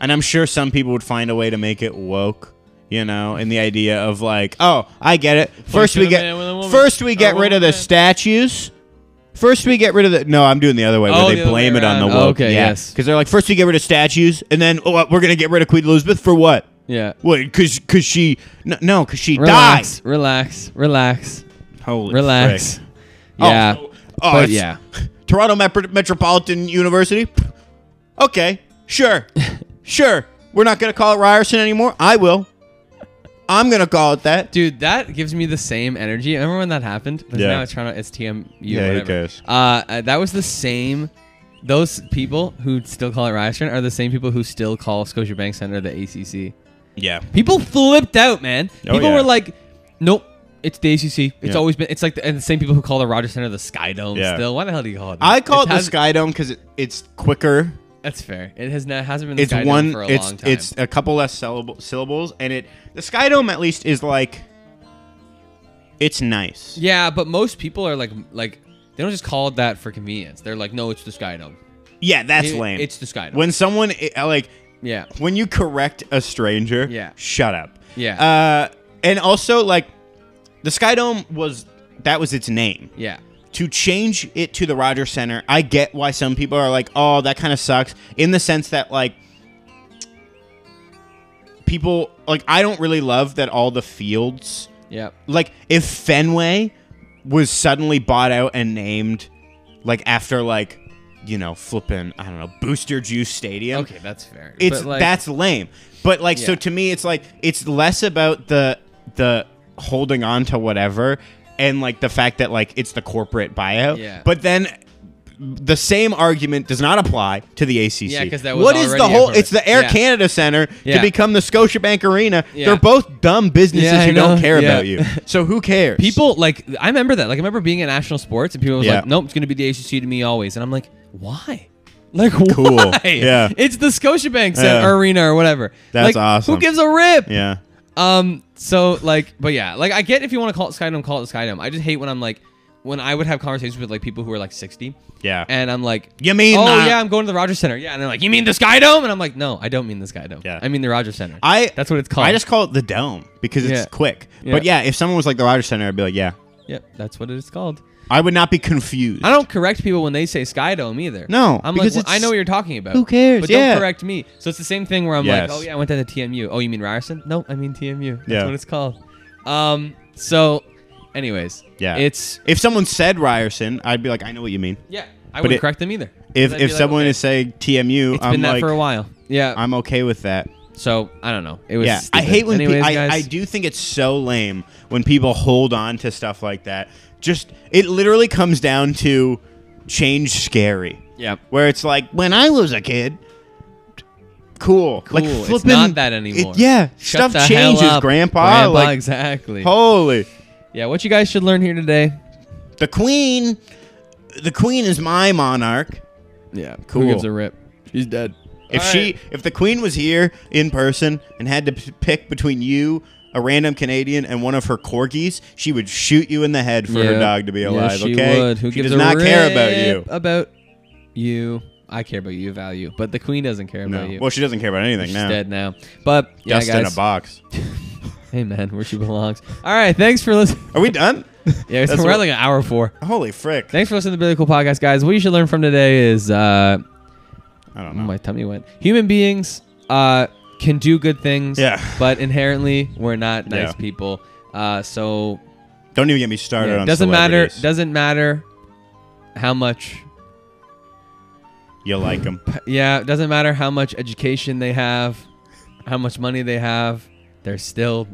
C: And I'm sure some people would find a way to make it woke, you know, and the idea of like, oh, I get it. First
B: to
C: we
B: the
C: get
B: man with a woman.
C: first we
B: A
C: get rid of the
B: woman.
C: statues. First we get rid of the No, I'm doing the other way where
B: Oh, the
C: they
B: other
C: blame
B: way
C: it on the
B: around. Oh,
C: woke.
B: okay,
C: yeah.
B: yes.
C: Cuz they're like first we get rid of statues and then oh, we're going to get rid of Queen Elizabeth for what?
B: Yeah.
C: What cuz cuz she no, no cuz she
B: Relax,
C: died.
B: relax, relax.
C: Holy
B: Relax.
C: frick.
B: Yeah.
C: Oh, oh,
B: but
C: it's
B: yeah.
C: Toronto Mep- Metropolitan University. Pff, Okay, sure, sure. We're not gonna call it Ryerson anymore. I will. I'm gonna call it that.
B: Dude, that gives me the same energy. Remember when that happened? 'Cause
C: Yeah.
B: Now it's trying to it's TMU.
C: Yeah, who
B: whatever.
C: cares?
B: Uh, uh, that was the same. Those people who still call it Ryerson are the same people who still call Scotiabank Center the ACC.
C: Yeah.
B: People flipped out, man.
C: Oh,
B: people
C: yeah.
B: were like, "Nope, it's the ACC. It's
C: Yeah.
B: always been. It's like the, and the same people who call the Rogers Center the Sky Dome.
C: Yeah.
B: Still, why the hell do you call it?
C: I call it, the
B: has-
C: Sky Dome because it, it's quicker.
B: That's fair. It has not hasn't been the
C: It's
B: Sky
C: one.
B: Dome for a
C: It's
B: long time.
C: it's a couple less syllab- syllables, and it the Sky Dome at least is like. It's nice.
B: yeah, but most people are like like they don't just call it that for convenience. They're like, "No, it's the Sky Dome.
C: Yeah, that's
B: It-
C: lame.
B: it's the Sky Dome.
C: when someone i- like
B: yeah,
C: when you correct a stranger.
B: Yeah.
C: Shut up.
B: Yeah.
C: Uh, and also like, the Sky Dome was that was its name.
B: yeah,
C: to change it to the Rogers Center, I get why some people are like, "Oh, that kind of sucks," in the sense that like people like I don't really love that all the fields
B: yeah."
C: like if Fenway was suddenly bought out and named like after like you know flipping I don't know Booster Juice Stadium.
B: Okay, that's fair.
C: It's
B: But, like,
C: that's lame. But like so
B: Yeah.
C: to me it's like it's less about the the holding on to whatever and like the fact that like it's the corporate buyout.
B: Yeah.
C: But then the same argument does not apply to the ACC.
B: Yeah, 'cause that was
C: what is
B: already
C: the
B: a
C: whole?
B: corporate-
C: It's the Air
B: Yeah.
C: Canada Center to
B: Yeah.
C: become the Scotiabank Arena.
B: Yeah.
C: They're both dumb businesses
B: Yeah, I
C: who don't
B: know.
C: care
B: Yeah.
C: about you. So who cares?
B: people like I remember that. Like I remember being at national sports and people was
C: Yeah.
B: like, "Nope, it's gonna be the ACC to me always," and I'm like, "Why?" Like cool.
C: Cool.
B: why?
C: Yeah.
B: it's the Scotiabank Center
C: Yeah.
B: Arena or whatever. Like,
C: That's awesome.
B: Who gives a rip?
C: Yeah.
B: Um. So like, but yeah, like I get if you want to call it Skydome, call it Skydome. I just hate when I'm like, when I would have conversations with like people who are like 60.
C: Yeah.
B: And I'm like,
C: You mean
B: Oh
C: the-
B: yeah, I'm going to the Rogers Center. Yeah. And they're like, you mean the Skydome? And I'm like, no, I don't mean the Skydome.
C: Yeah.
B: I mean the Rogers Center.
C: I
B: That's what it's called.
C: I just call it the dome because it's
B: Yeah.
C: quick. But yeah, if someone was like the Rogers Center, I'd be like, yeah.
B: Yep. That's what it's called.
C: I would not be confused.
B: I don't correct people when they say Skydome either.
C: No,
B: I'm
C: because
B: like,
C: it's-
B: well, I know what you're talking about.
C: Who cares?
B: But
C: Yeah.
B: don't correct me. So it's the same thing where I'm
C: Yes.
B: like, oh yeah, I went down to TMU. Oh, you mean Ryerson? No, I mean TMU. That's
C: Yeah.
B: what it's called. Um. So, anyways.
C: Yeah.
B: It's
C: If someone said Ryerson, I'd be like, I know what you mean.
B: yeah. I
C: But
B: wouldn't
C: it-
B: correct them either. 'Cause
C: If
B: I'd
C: if
B: be like,
C: someone
B: okay,
C: is saying TMU,
B: it's
C: I'm
B: been that
C: like,
B: for a while. Yeah.
C: I'm okay with that.
B: so I don't know. It was.
C: Yeah, I
B: stupid.
C: hate when pe-
B: Anyways,
C: I,
B: guys,
C: I do think it's so lame when people hold on to stuff like that. Just it literally comes down to change scary.
B: Yeah.
C: Where it's like when I was a kid, cool, like
B: Cool, it's
C: flipping
B: not that anymore.
C: It, yeah,
B: Shut
C: stuff
B: the hell
C: changes,
B: up,
C: grandpa.
B: Grandpa,
C: Like
B: exactly.
C: holy,
B: yeah. What you guys should learn here today.
C: the queen, the queen is my monarch.
B: Yeah.
C: Cool.
B: Who gives a rip? She's dead.
C: If
B: All
C: she, if the queen was here in person and had to p- pick between you, a random Canadian, and one of her corgis, she would shoot you in the head for her
B: Yeah.
C: dog to be
B: Yeah,
C: alive.
B: she
C: okay,
B: would. Who
C: she
B: gives
C: does
B: a
C: not care about
B: rip
C: you.
B: About you, I care about you, value, but the queen doesn't care about
C: No.
B: you.
C: Well, she doesn't care about anything
B: She's
C: now.
B: dead now. But yeah,
C: Dust in a
B: guys.
C: box.
B: Hey man, where she belongs. All right, thanks for listening.
C: Are we done?
B: Yeah,
C: That's
B: we're
C: what-
B: at like an hour four.
C: Holy frick!
B: Thanks for listening to the Billy Cool Podcast, guys. What you should learn from today is uh,
C: I don't know.
B: my tummy went. Human beings uh, can do good things,
C: Yeah.
B: but inherently we're not nice
C: Yeah.
B: people. Uh, so
C: Don't even get me started
B: yeah,
C: on
B: doesn't matter.
C: celebrities.
B: Doesn't matter how much
C: you like them?
B: Yeah, it doesn't matter how much education they have, how much money they have, they're still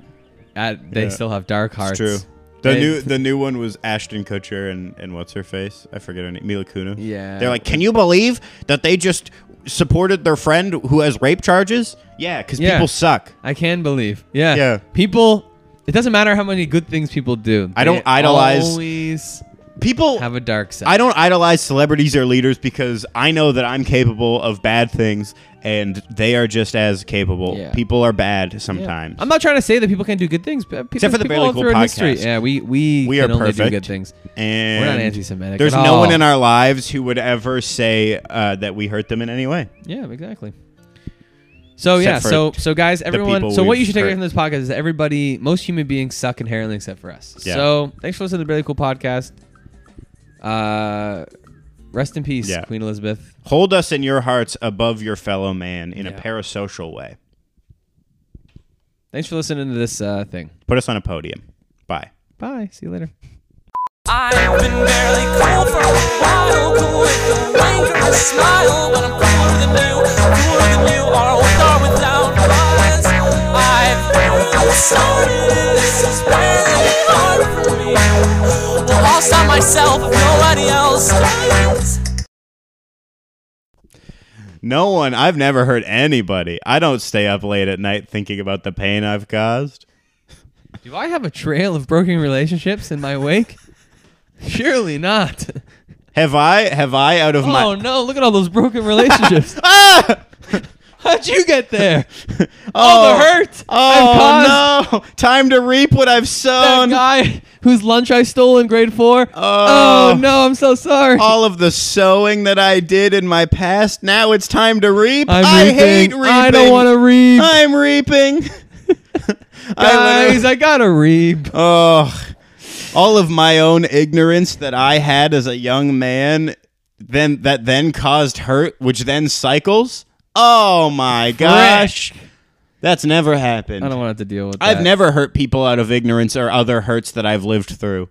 B: at they
C: Yeah.
B: still have dark
C: It's
B: hearts.
C: true. The
B: They-
C: new the new one was Ashton Kutcher and, and what's her face? I forget her name. Mila Kunis.
B: Yeah.
C: They're like, can you believe that they just supported their friend who has rape charges? Yeah, because
B: Yeah.
C: people suck.
B: I can believe. Yeah.
C: Yeah.
B: People it doesn't matter how many good things people do.
C: I don't
B: They
C: idolize-
B: always
C: People.
B: have a dark side.
C: I don't idolize celebrities or leaders because I know that I'm capable of bad things and they are just as capable.
B: Yeah.
C: People are bad
B: Yeah.
C: sometimes.
B: I'm not trying to say that people can't do good things, but people,
C: Except for the
B: people
C: Barely
B: all
C: Cool
B: throughout
C: podcast.
B: History. Yeah, we we,
C: We
B: can
C: are
B: only do
C: perfect.
B: good things.
C: and
B: anti-Semitic
C: There's
B: at
C: no
B: all.
C: one in our lives who would ever say uh, that we hurt them in any way.
B: Yeah, exactly. So
C: Except
B: yeah,
C: for
B: so so guys, everyone.
C: people
B: So what
C: we've
B: you should take away
C: hurt.
B: from this podcast is everybody, most human beings suck inherently except for us.
C: Yeah.
B: So thanks for listening to the Barely Cool podcast. Uh, rest in peace,
C: Yeah.
B: Queen Elizabeth.
C: Hold us in your hearts above your fellow man in a
B: Yeah.
C: parasocial way.
B: Thanks for listening to this uh, thing.
C: Put us on a podium. Bye.
B: Bye. See you later.
D: I've been barely cool for a while, cool with the wink of a smile, but I'm cooler than you, cooler than you are with or without us. I've barely started, and this is really hard for me. Lost on myself, if nobody else does.
C: No one, I've never heard anybody. I don't stay up late at night thinking about the pain I've caused.
B: Do I have a trail of broken relationships in my wake? Surely not.
C: Have I, have I out of my.
B: Oh no, look at all those broken relationships.
C: Ah!
B: How'd you get there?
C: Oh,
B: All the hurt. I've
C: Oh, no. Time to reap what I've
B: caused that
C: sown.
B: guy whose lunch I stole in grade four.
C: Oh.
B: oh no, I'm so sorry.
C: All of the sowing that I did in my past, now it's time to reap.
B: I'm
C: I
B: reaping.
C: hate reaping.
B: I don't want to reap.
C: I'm reaping. I
B: Guys,
C: literally-
B: I gotta reap.
C: oh, all of my own ignorance that I had as a young man, then that then caused hurt, which then cycles. Oh my gosh, that's never happened.
B: I don't want to have to deal with that.
C: I've never hurt people out of ignorance or other hurts that I've lived through.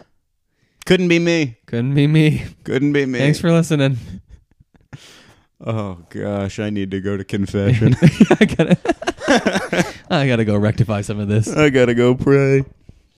C: Couldn't be me.
B: Couldn't be me.
C: Couldn't be me.
B: Thanks for listening.
C: Oh gosh, I need to go to confession.
B: I gotta, I gotta go rectify some of this.
C: I gotta go pray.